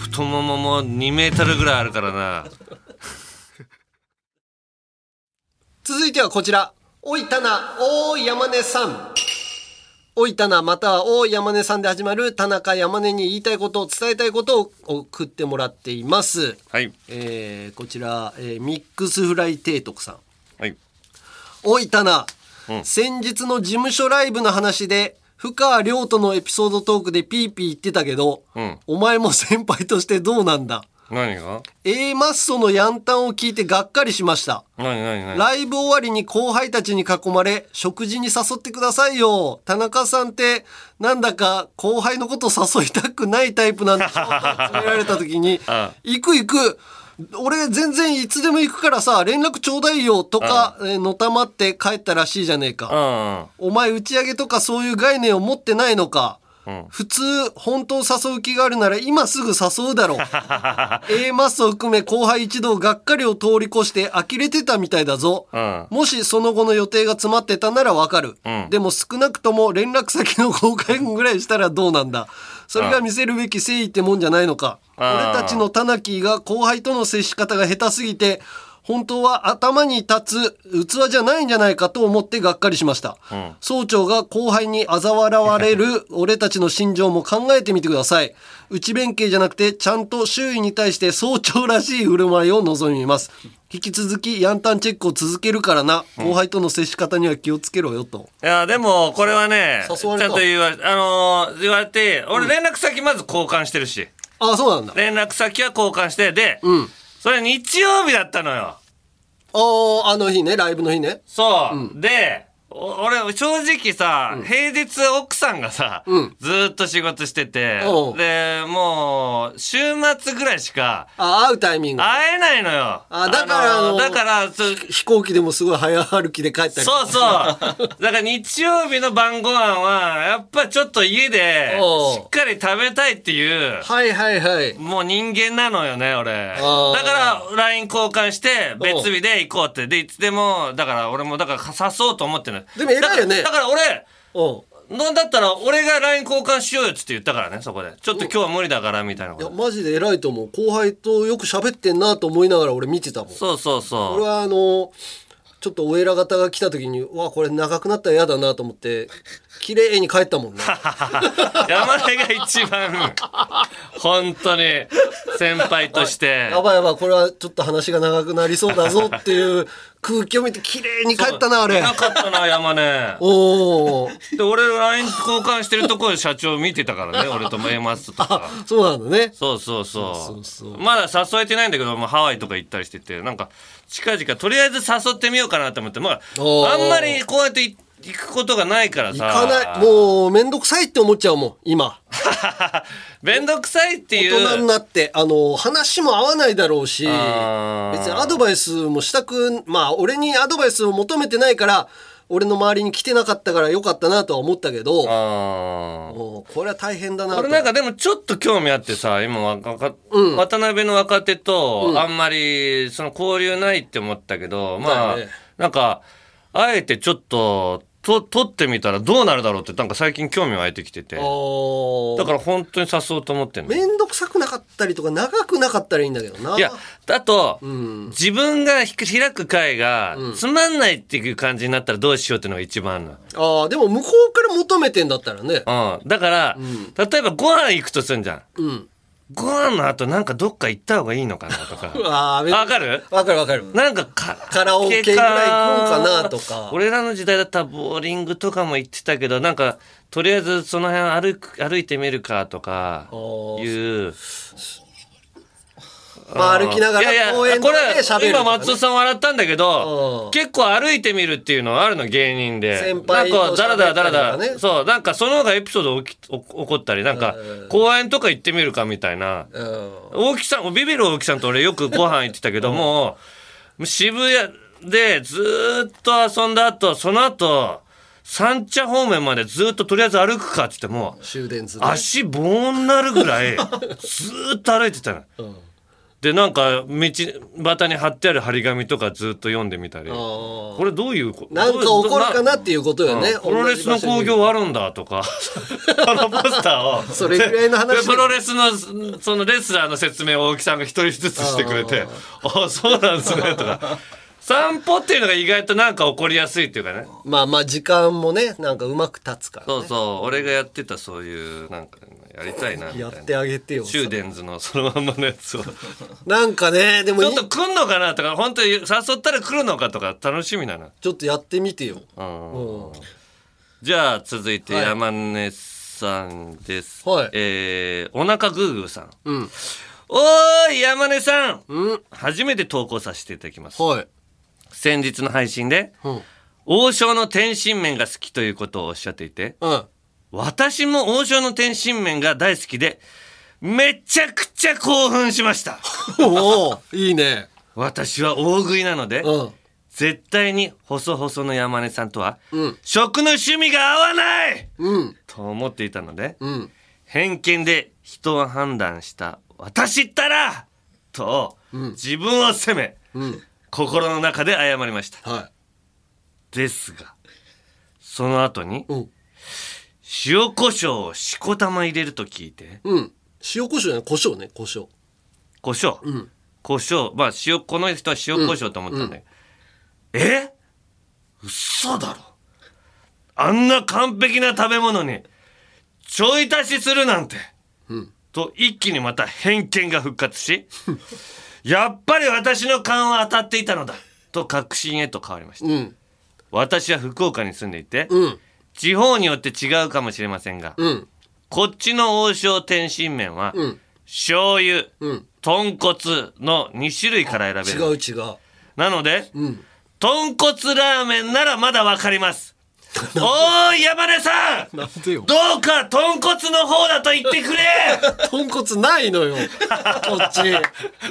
[SPEAKER 1] 太ももも2メートルぐらいあるからな
[SPEAKER 2] 続いてはこちら。おいたな、おー山根さん。おいたな、またはおー山根さんで始まる田中山根に言いたいことを伝えたいことを送ってもらっています。
[SPEAKER 1] はい
[SPEAKER 2] えーこちら、えーミックスフライ提督さん。
[SPEAKER 1] はい
[SPEAKER 2] おいたな、
[SPEAKER 1] うん
[SPEAKER 2] 先日の事務所ライブの話で、深川亮とのエピソードトークでピーピー言ってたけど、
[SPEAKER 1] うん
[SPEAKER 2] お前も先輩としてどうなんだ
[SPEAKER 1] 何が
[SPEAKER 2] ?A マッソのヤンタンを聞いてがっかりしました。
[SPEAKER 1] 何何何
[SPEAKER 2] ライブ終わりに後輩たちに囲まれ、食事に誘ってくださいよ。田中さんって、なんだか後輩のこと誘いたくないタイプなんでしょうと詰められた時に、行く行く。俺全然いつでも行くからさ、連絡ちょうだいよとか、えーのたまって帰ったらしいじゃねえか。
[SPEAKER 1] うん
[SPEAKER 2] お前打ち上げとかそういう概念を持ってないのか。普通、本当誘う気があるなら今すぐ誘うだ <laughs> ろう。A マスを含め後輩一同がっかりを通り越して呆れてたみたいだぞ。
[SPEAKER 1] うん
[SPEAKER 2] もしその後の予定が詰まってたならわかる。でも少なくとも連絡先の交換ぐらいしたらどうなんだ。それが見せるべき誠意ってもんじゃないのか。
[SPEAKER 1] あー
[SPEAKER 2] 俺たちのタナキーが後輩との接し方が下手すぎて、本当は頭に立つ器じゃないんじゃないかと思ってがっかりしました。総長が後輩に嘲笑われる <laughs> 俺たちの心情も考えてみてください。内弁慶じゃなくて、ちゃんと周囲に対して総長らしい振る舞いを望みます。引き続きヤンタンチェックを続けるからな。後輩との接し方には気をつけろよと。
[SPEAKER 1] いや、でも、これはね、ち
[SPEAKER 2] 誘
[SPEAKER 1] ゃ
[SPEAKER 2] わ
[SPEAKER 1] ん
[SPEAKER 2] れた
[SPEAKER 1] と言わ、あのー言われて、俺連絡先まず交換してるし、
[SPEAKER 2] あ、そうなんだ。
[SPEAKER 1] 連絡先は交換して、で、
[SPEAKER 2] うん。
[SPEAKER 1] それ日曜日だったのよ。
[SPEAKER 2] ああ、あの日ね、ライブの日ね。
[SPEAKER 1] そう。で、お俺、正直さ、平日奥さんがさ、
[SPEAKER 2] うん
[SPEAKER 1] ずーっと仕事してて
[SPEAKER 2] お、う
[SPEAKER 1] で、もう、週末ぐらいしか
[SPEAKER 2] あ会うタイミング。
[SPEAKER 1] 会えないのよ。
[SPEAKER 2] あだから
[SPEAKER 1] あのー
[SPEAKER 2] あの
[SPEAKER 1] だから、そう
[SPEAKER 2] 飛行機でもすごい早歩きで帰ったりと
[SPEAKER 1] そ
[SPEAKER 2] か
[SPEAKER 1] うそう。
[SPEAKER 2] <laughs>
[SPEAKER 1] だから日曜日の晩ご飯は、やっぱちょっと家で、
[SPEAKER 2] おう
[SPEAKER 1] しっかり食べたいっていう、
[SPEAKER 2] はいはいはい。
[SPEAKER 1] もう人間なのよね、俺。だ
[SPEAKER 2] あー
[SPEAKER 1] から、LINE 交換して、別日で行こうって。で、いつでも、だから俺も、だから誘おうと思ってる
[SPEAKER 2] でも偉いよね
[SPEAKER 1] だからだから
[SPEAKER 2] うん。
[SPEAKER 1] 俺、なんだったら俺が LINE 交換しようよっつって言ったからね、そこで。ちょっと今日は無理だから、みたいないこ
[SPEAKER 2] や、
[SPEAKER 1] と。
[SPEAKER 2] マジで偉いと思う。後輩とよく喋ってんなと思いながら俺見てたもん。
[SPEAKER 1] そうそう
[SPEAKER 2] 俺
[SPEAKER 1] そう。
[SPEAKER 2] はあの、ちょっとお偉方が来た時に、うわ、これ長くなったら嫌だなと思って、綺麗に帰っ
[SPEAKER 1] <laughs>
[SPEAKER 2] たもんね。
[SPEAKER 1] 山根が一番、
[SPEAKER 2] <laughs>
[SPEAKER 1] 本当に、先輩として。
[SPEAKER 2] やばいやばい、これはちょっと話が長くなりそうだぞっていう空気を見て、綺麗に帰ったな、あれ
[SPEAKER 1] い。なかったな、山根。
[SPEAKER 2] <laughs> おー。
[SPEAKER 1] で、俺、LINE 交換してるところで社長見てたから
[SPEAKER 2] <laughs>
[SPEAKER 1] ね、俺とも A マスとか。
[SPEAKER 2] そうなんだね。
[SPEAKER 1] そうそうそう
[SPEAKER 2] そうそう
[SPEAKER 1] まだ誘えてないんだけど、まあ、ハワイとか行ったりしててなんか近々とりあえず誘ってみようかなと思って、まあ、
[SPEAKER 2] おー
[SPEAKER 1] あんまりこうやってい行くことがないから
[SPEAKER 2] 行
[SPEAKER 1] さ
[SPEAKER 2] かない。もう、めんどくさいって思っちゃうもん、今。
[SPEAKER 1] 面倒くさいってい
[SPEAKER 2] 大
[SPEAKER 1] う
[SPEAKER 2] 人になって、あの、話も合わないだろうし、別に
[SPEAKER 1] あー
[SPEAKER 2] アドバイスもしたく、まあ、俺にアドバイスを求めてないから、俺の周りに来てなかったからよかったなとは思ったけど、
[SPEAKER 1] あー
[SPEAKER 2] もうこれは大変だなと。
[SPEAKER 1] 俺なんかでもちょっと興味あってさ今わか、か
[SPEAKER 2] うん
[SPEAKER 1] 渡辺の若手とあんまりその交流ないって思ったけど、まあ、
[SPEAKER 2] だよね
[SPEAKER 1] なんかあえてちょっとと撮ってみたらどうなるだろうってなんか最近興味湧いてきてて
[SPEAKER 2] あー
[SPEAKER 1] だから本当に誘おうと思ってんの。
[SPEAKER 2] めんどくさくなかったりとか、長くなかったらいいんだけどな。
[SPEAKER 1] いや、あと、
[SPEAKER 2] ん
[SPEAKER 1] 自分がひ開く会が、つまんないっていう感じになったらどうしようっていうのが一番あるの。
[SPEAKER 2] ああ、でも向こうから求めてんだったらね。
[SPEAKER 1] うん。だから、例えばご飯行くとすんじゃん。
[SPEAKER 2] うん。
[SPEAKER 1] ご飯の後なんかどっか行った方がいいのかなと
[SPEAKER 2] <laughs>
[SPEAKER 1] か。
[SPEAKER 2] ああ、めんど
[SPEAKER 1] わかる
[SPEAKER 2] わかるわかる。
[SPEAKER 1] なんかか
[SPEAKER 2] カラオケぐらい行こうかなとか
[SPEAKER 1] 俺らの時代だったらボーリングとかも行ってたけど、なんか、とりあえずその辺歩く、歩いてみるかとか、
[SPEAKER 2] ー
[SPEAKER 1] いう。
[SPEAKER 2] まあ、歩きなが
[SPEAKER 1] いやい
[SPEAKER 2] ら
[SPEAKER 1] や
[SPEAKER 2] 公園と
[SPEAKER 1] これ
[SPEAKER 2] かで喋ると
[SPEAKER 1] 今
[SPEAKER 2] か、ね
[SPEAKER 1] 松尾。さん笑ったんだけ
[SPEAKER 2] う
[SPEAKER 1] ど
[SPEAKER 2] ん
[SPEAKER 1] 結構歩いてみるっていうのはあるの芸人で
[SPEAKER 2] 先輩と
[SPEAKER 1] なんかダラダラダラ
[SPEAKER 2] 喋ったり
[SPEAKER 1] ダ
[SPEAKER 2] とか
[SPEAKER 1] ラ
[SPEAKER 2] ね
[SPEAKER 1] そうなんかその方がエピソード起き起起こったりなんか
[SPEAKER 2] うん
[SPEAKER 1] 公園とか行ってみるかみたいな
[SPEAKER 2] うん。
[SPEAKER 1] 大木さんビビる大木さんと俺よくご飯行ってたけども渋谷でずーっと遊んだ後その後三茶方面までずーっととりあえず歩くかって言っても
[SPEAKER 2] 終電図で。
[SPEAKER 1] 足棒になるぐらいずーっと歩いてたの。
[SPEAKER 2] うん
[SPEAKER 1] でなんか道端に貼ってある張り紙とかずっと読んでみたり
[SPEAKER 2] あ
[SPEAKER 1] こ
[SPEAKER 2] ー
[SPEAKER 1] れどういうこ
[SPEAKER 2] なんか起こるかなっていうことよ
[SPEAKER 1] な
[SPEAKER 2] ね。
[SPEAKER 1] うんプロレスの興行あるんだと
[SPEAKER 2] <laughs>
[SPEAKER 1] かあのポスターを
[SPEAKER 2] それぐらいの話
[SPEAKER 1] でプロレスのそのレスラーの説明を大木さんが一人ずつしてくれて「あそうなんですね」とか散歩っていうのが意外となんか起こりやすいっていうかね
[SPEAKER 2] まあまあ時間もねなんかうまく経つから
[SPEAKER 1] そうそう俺がやってたそういうなんかやりたいなみた
[SPEAKER 2] や
[SPEAKER 1] い
[SPEAKER 2] っ
[SPEAKER 1] な
[SPEAKER 2] てあげてよ
[SPEAKER 1] 終電図のそのまんまのや
[SPEAKER 2] <laughs>
[SPEAKER 1] つを。
[SPEAKER 2] なんかねでも
[SPEAKER 1] ち
[SPEAKER 2] い
[SPEAKER 1] ょ
[SPEAKER 2] い
[SPEAKER 1] っと来んのかなとか本当に誘ったら来るのかとか楽しみだな、
[SPEAKER 2] ちょっとやってみてよ
[SPEAKER 1] うんじゃあ続いて
[SPEAKER 2] はい
[SPEAKER 1] 山根さんです、
[SPEAKER 2] はい
[SPEAKER 1] えーお腹グーグーさん、
[SPEAKER 2] ん
[SPEAKER 1] おーい山根さん、
[SPEAKER 2] うん
[SPEAKER 1] 初めて投稿させていただきます
[SPEAKER 2] はい
[SPEAKER 1] 先日の配信で、
[SPEAKER 2] うん
[SPEAKER 1] 王将の天津麺が好きということをおっしゃっていて
[SPEAKER 2] うん
[SPEAKER 1] 私も王将の天津麺が大好きでめちゃくちゃ興奮しました
[SPEAKER 2] おおいいね
[SPEAKER 1] 私は大食いなので、
[SPEAKER 2] うん
[SPEAKER 1] 絶対に細々の山根さんとは、
[SPEAKER 2] うん
[SPEAKER 1] 食の趣味が合わない
[SPEAKER 2] うん
[SPEAKER 1] と思っていたので、
[SPEAKER 2] うん
[SPEAKER 1] 偏見で人を判断した私ったらと、自分を責め、
[SPEAKER 2] うん
[SPEAKER 1] 心の中で謝りました。
[SPEAKER 2] は
[SPEAKER 1] ですが、その後に、
[SPEAKER 2] うん
[SPEAKER 1] 塩胡椒をしこたま入れると聞いて、
[SPEAKER 2] いうん塩コショウじゃないコショウねコショウ
[SPEAKER 1] 胡椒、胡椒まあ塩この人は塩胡椒と思ったんだよ、え嘘だろあんな完璧な食べ物にちょい足しするなんて、と一気にまた偏見が復活しやっぱり私の勘は当たっていたのだと確信へと変わりました、
[SPEAKER 2] うん
[SPEAKER 1] 私は福岡に住んでいて、
[SPEAKER 2] うん
[SPEAKER 1] 地方によって違うかもしれませんが、
[SPEAKER 2] うん
[SPEAKER 1] こっちの王将天津麺は、
[SPEAKER 2] うん
[SPEAKER 1] 醤油、
[SPEAKER 2] うん
[SPEAKER 1] 豚骨の2種類から
[SPEAKER 2] 違
[SPEAKER 1] 選べ
[SPEAKER 2] う
[SPEAKER 1] る。
[SPEAKER 2] 違う
[SPEAKER 1] なので、
[SPEAKER 2] うん
[SPEAKER 1] 豚骨ラーメンならまだわかり
[SPEAKER 2] <laughs>
[SPEAKER 1] ます。おーい、山根さん
[SPEAKER 2] なんでよ
[SPEAKER 1] どうか豚骨の方だと言ってくれ
[SPEAKER 2] <laughs> 豚骨ないのよこ
[SPEAKER 1] <laughs>
[SPEAKER 2] っち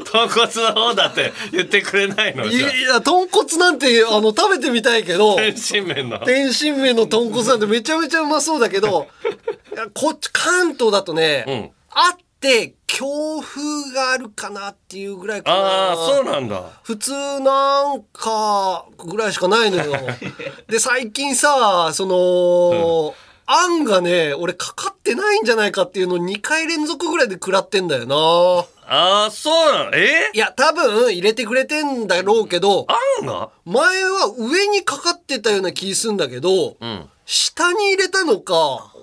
[SPEAKER 1] 豚骨の方だって言ってくれないの
[SPEAKER 2] い
[SPEAKER 1] じゃあ
[SPEAKER 2] や豚骨なんてあの食べてみたいけど
[SPEAKER 1] 天津麺の。
[SPEAKER 2] 天津麺の豚骨なんてめちゃめちゃうまそうだ
[SPEAKER 1] <laughs>
[SPEAKER 2] けどいやこっち関東だとね、
[SPEAKER 1] うん
[SPEAKER 2] あって強風があるかなっていうぐらいかな
[SPEAKER 1] ああ、そうなんだ。
[SPEAKER 2] 普通なんかぐらいしかないの
[SPEAKER 1] <laughs>
[SPEAKER 2] よで最近さその、あんがね俺かかってないんじゃないかっていうのを2回連続ぐらいで食らってんだよな
[SPEAKER 1] ああ、そうなの。え
[SPEAKER 2] いや多分入れてくれてんだろうけど
[SPEAKER 1] あんが
[SPEAKER 2] 前は上にかかってたような気すんだけど、
[SPEAKER 1] うん。
[SPEAKER 2] 下に入れたのか、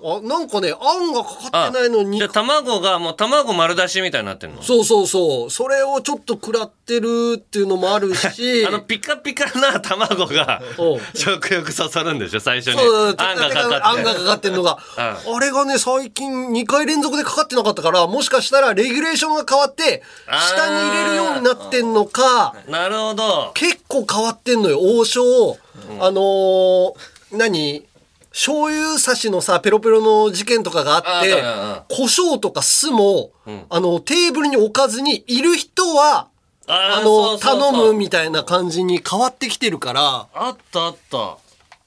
[SPEAKER 2] あなんかね、あんがかかってないのに
[SPEAKER 1] じゃあ、卵がもう卵丸出しみたいになってんの
[SPEAKER 2] そうそうそう、それをちょっと食らってるっていうのもある
[SPEAKER 1] <laughs>
[SPEAKER 2] し、
[SPEAKER 1] あのピカピカな卵が
[SPEAKER 2] おう
[SPEAKER 1] 食欲そそるんでしょ最初に
[SPEAKER 2] そう
[SPEAKER 1] あんがかか
[SPEAKER 2] あんが
[SPEAKER 1] っ
[SPEAKER 2] かかってるのが、あれがね、最近2回連続でかかってなかったから、もしかしたらレギュレーションが変わって、
[SPEAKER 1] あー
[SPEAKER 2] 下に入れるようになってんのか、
[SPEAKER 1] てなるほど
[SPEAKER 2] 結構変わってんのよ王将、あのー何醤油差しのさペロペロの事件とかがあって
[SPEAKER 1] あ
[SPEAKER 2] 胡椒とか酢も、あのテーブルに置かずにいる人は
[SPEAKER 1] あー
[SPEAKER 2] あの
[SPEAKER 1] そうそうそう
[SPEAKER 2] 頼むみたいな感じに変わってきてるから
[SPEAKER 1] あったあった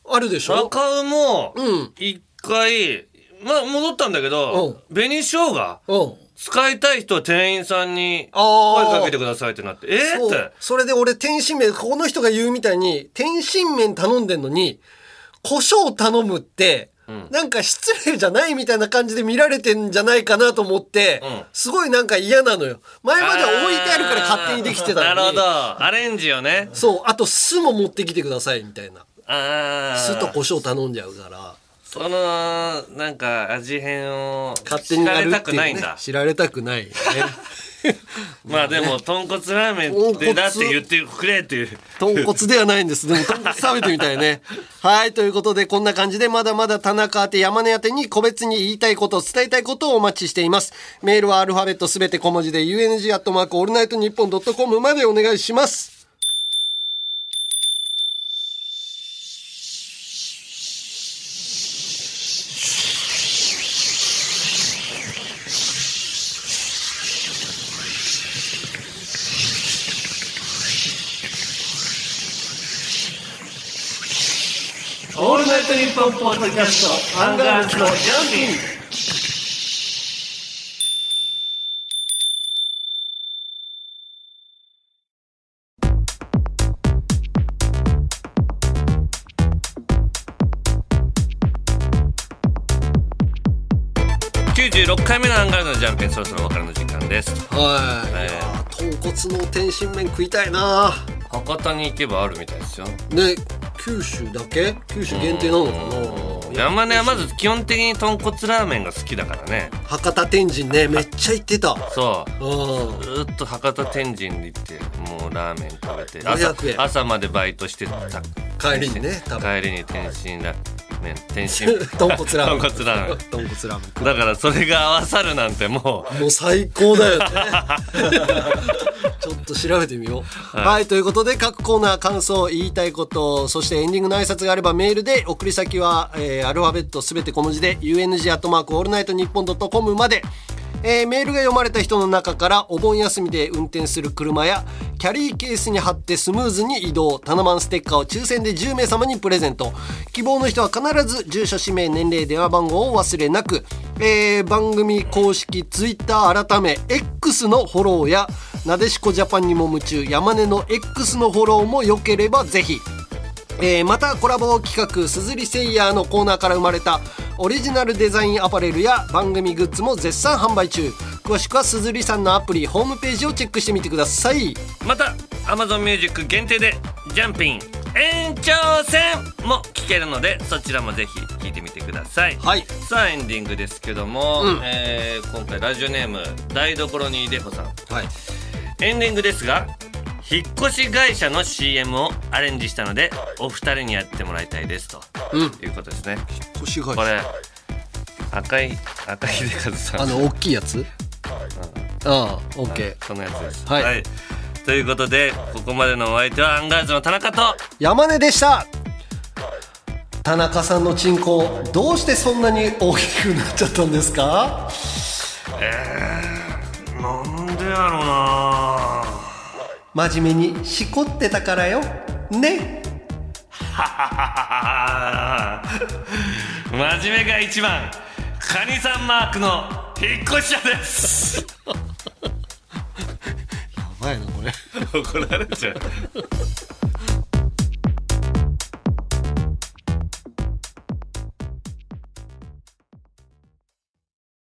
[SPEAKER 2] あるでしょ
[SPEAKER 1] 中尾も
[SPEAKER 2] うん
[SPEAKER 1] 一回まあ戻ったんだけど紅生姜
[SPEAKER 2] うん
[SPEAKER 1] 使いたい人は店員さんに
[SPEAKER 2] あー
[SPEAKER 1] 声かけてくださいってなってえー、っ
[SPEAKER 2] そ
[SPEAKER 1] て
[SPEAKER 2] うそれで俺天津麺この人が言うみたいに天津麺頼んでんのに胡椒頼むって、なんか失礼じゃないみたいな感じで見られてんじゃないかなと思って、
[SPEAKER 1] うん
[SPEAKER 2] すごいなんか嫌なのよ前までは置いてあるから勝手にできてたの
[SPEAKER 1] あー
[SPEAKER 2] に
[SPEAKER 1] なるほどアレンジをね
[SPEAKER 2] そうあと酢も持ってきてくださいみたいな
[SPEAKER 1] ああ
[SPEAKER 2] 酢と胡椒頼んじゃうから
[SPEAKER 1] そのなんか味変を
[SPEAKER 2] 勝手に
[SPEAKER 1] 知
[SPEAKER 2] や
[SPEAKER 1] ら
[SPEAKER 2] る
[SPEAKER 1] れ
[SPEAKER 2] ったて
[SPEAKER 1] く
[SPEAKER 2] いう、ね、
[SPEAKER 1] ないんだ
[SPEAKER 2] 知られたくないよね
[SPEAKER 1] まあでも豚骨ラーメンってだって言ってくれっていう
[SPEAKER 2] 豚骨ではないんです。でも豚骨食べてみたい <laughs> ね。はい。ということで、こんな感じで、まだまだ田中宛て、山根宛てに個別に言いたいこと、伝えたいことをお待ちしています。メールはアルファベットすべて小文字で、UNG アットマークオールナイトニッポンドットコムまでお願いします。
[SPEAKER 1] オールナイトニッポンポッドキャストアンガールズのジャンピン96回目のアンガールズのジャンピンそろそろお別れの時間です
[SPEAKER 2] はい。
[SPEAKER 1] え
[SPEAKER 2] 豚骨の天津麺食いたいな
[SPEAKER 1] 博多に行けばあるみたいですよ
[SPEAKER 2] ね、九州だけ九州限定なのかな
[SPEAKER 1] 山根はまず基本的に豚骨ラーメンが好きだからね
[SPEAKER 2] 博多天神ね、めっちゃ行ってた。
[SPEAKER 1] そう
[SPEAKER 2] うん。
[SPEAKER 1] ずーっと博多天神に行ってもうラーメン食べて
[SPEAKER 2] 500円
[SPEAKER 1] 朝朝までバイトしてた
[SPEAKER 2] 帰りにね、多分。
[SPEAKER 1] 帰りに天津ラーメン天津
[SPEAKER 2] <laughs> 豚骨ラーメン。
[SPEAKER 1] 豚骨ラーメ
[SPEAKER 2] <laughs> 豚骨ラーメン。
[SPEAKER 1] ンだからそれが合わさるなんてもう
[SPEAKER 2] もう最高だよね。 <laughs> ちょっと調べてみよう。はい、ということで各コーナー感想言いたいことそしてエンディングの挨拶があればメールで送り先は、えーアルファベットすべて小文字で UNG アットマークオールナイトニッポンドットコムまで。えーメールが読まれた人の中からお盆休みで運転する車やキャリーケースに貼ってスムーズに移動タナマンステッカーを抽選で10名様にプレゼント希望の人は必ず住所氏名年齢電話番号を忘れなく、えー番組公式 Twitter 改め X のフォローやなでしこジャパンにも夢中山根の X のフォローも良ければぜひえーまたコラボ企画「すずりセイヤー」のコーナーから生まれたオリジナルデザインアパレルや番組グッズも絶賛販売中詳しくはすずりさんのアプリホームページをチェックしてみてください
[SPEAKER 1] また AmazonMusic 限定で「ジャンピン延長戦」も聴けるのでそちらもぜひ聴いてみてください、
[SPEAKER 2] はい
[SPEAKER 1] さあエンディングですけども、えー今回ラジオネーム台所にいでほさん
[SPEAKER 2] はい
[SPEAKER 1] エンディングですが引っ越し会社の CM をアレンジしたのでお二人にやってもらいたいですと、いうことですね
[SPEAKER 2] 腰が
[SPEAKER 1] これ赤い赤井秀和さん
[SPEAKER 2] あの大きいやつああ OK
[SPEAKER 1] そのやつです
[SPEAKER 2] はい
[SPEAKER 1] ということでここまでのお相手はアンガールズの田中と
[SPEAKER 2] 山根でした田中さんのチンコどうしてそんなに大きくなっちゃったんですか
[SPEAKER 1] なんでやろうな
[SPEAKER 2] 真面目にしこってたからよね
[SPEAKER 1] <laughs> 真面目が一番カニさんマークの引っ越し屋です
[SPEAKER 2] <laughs> やばいなこれ
[SPEAKER 1] <laughs> 怒られちゃう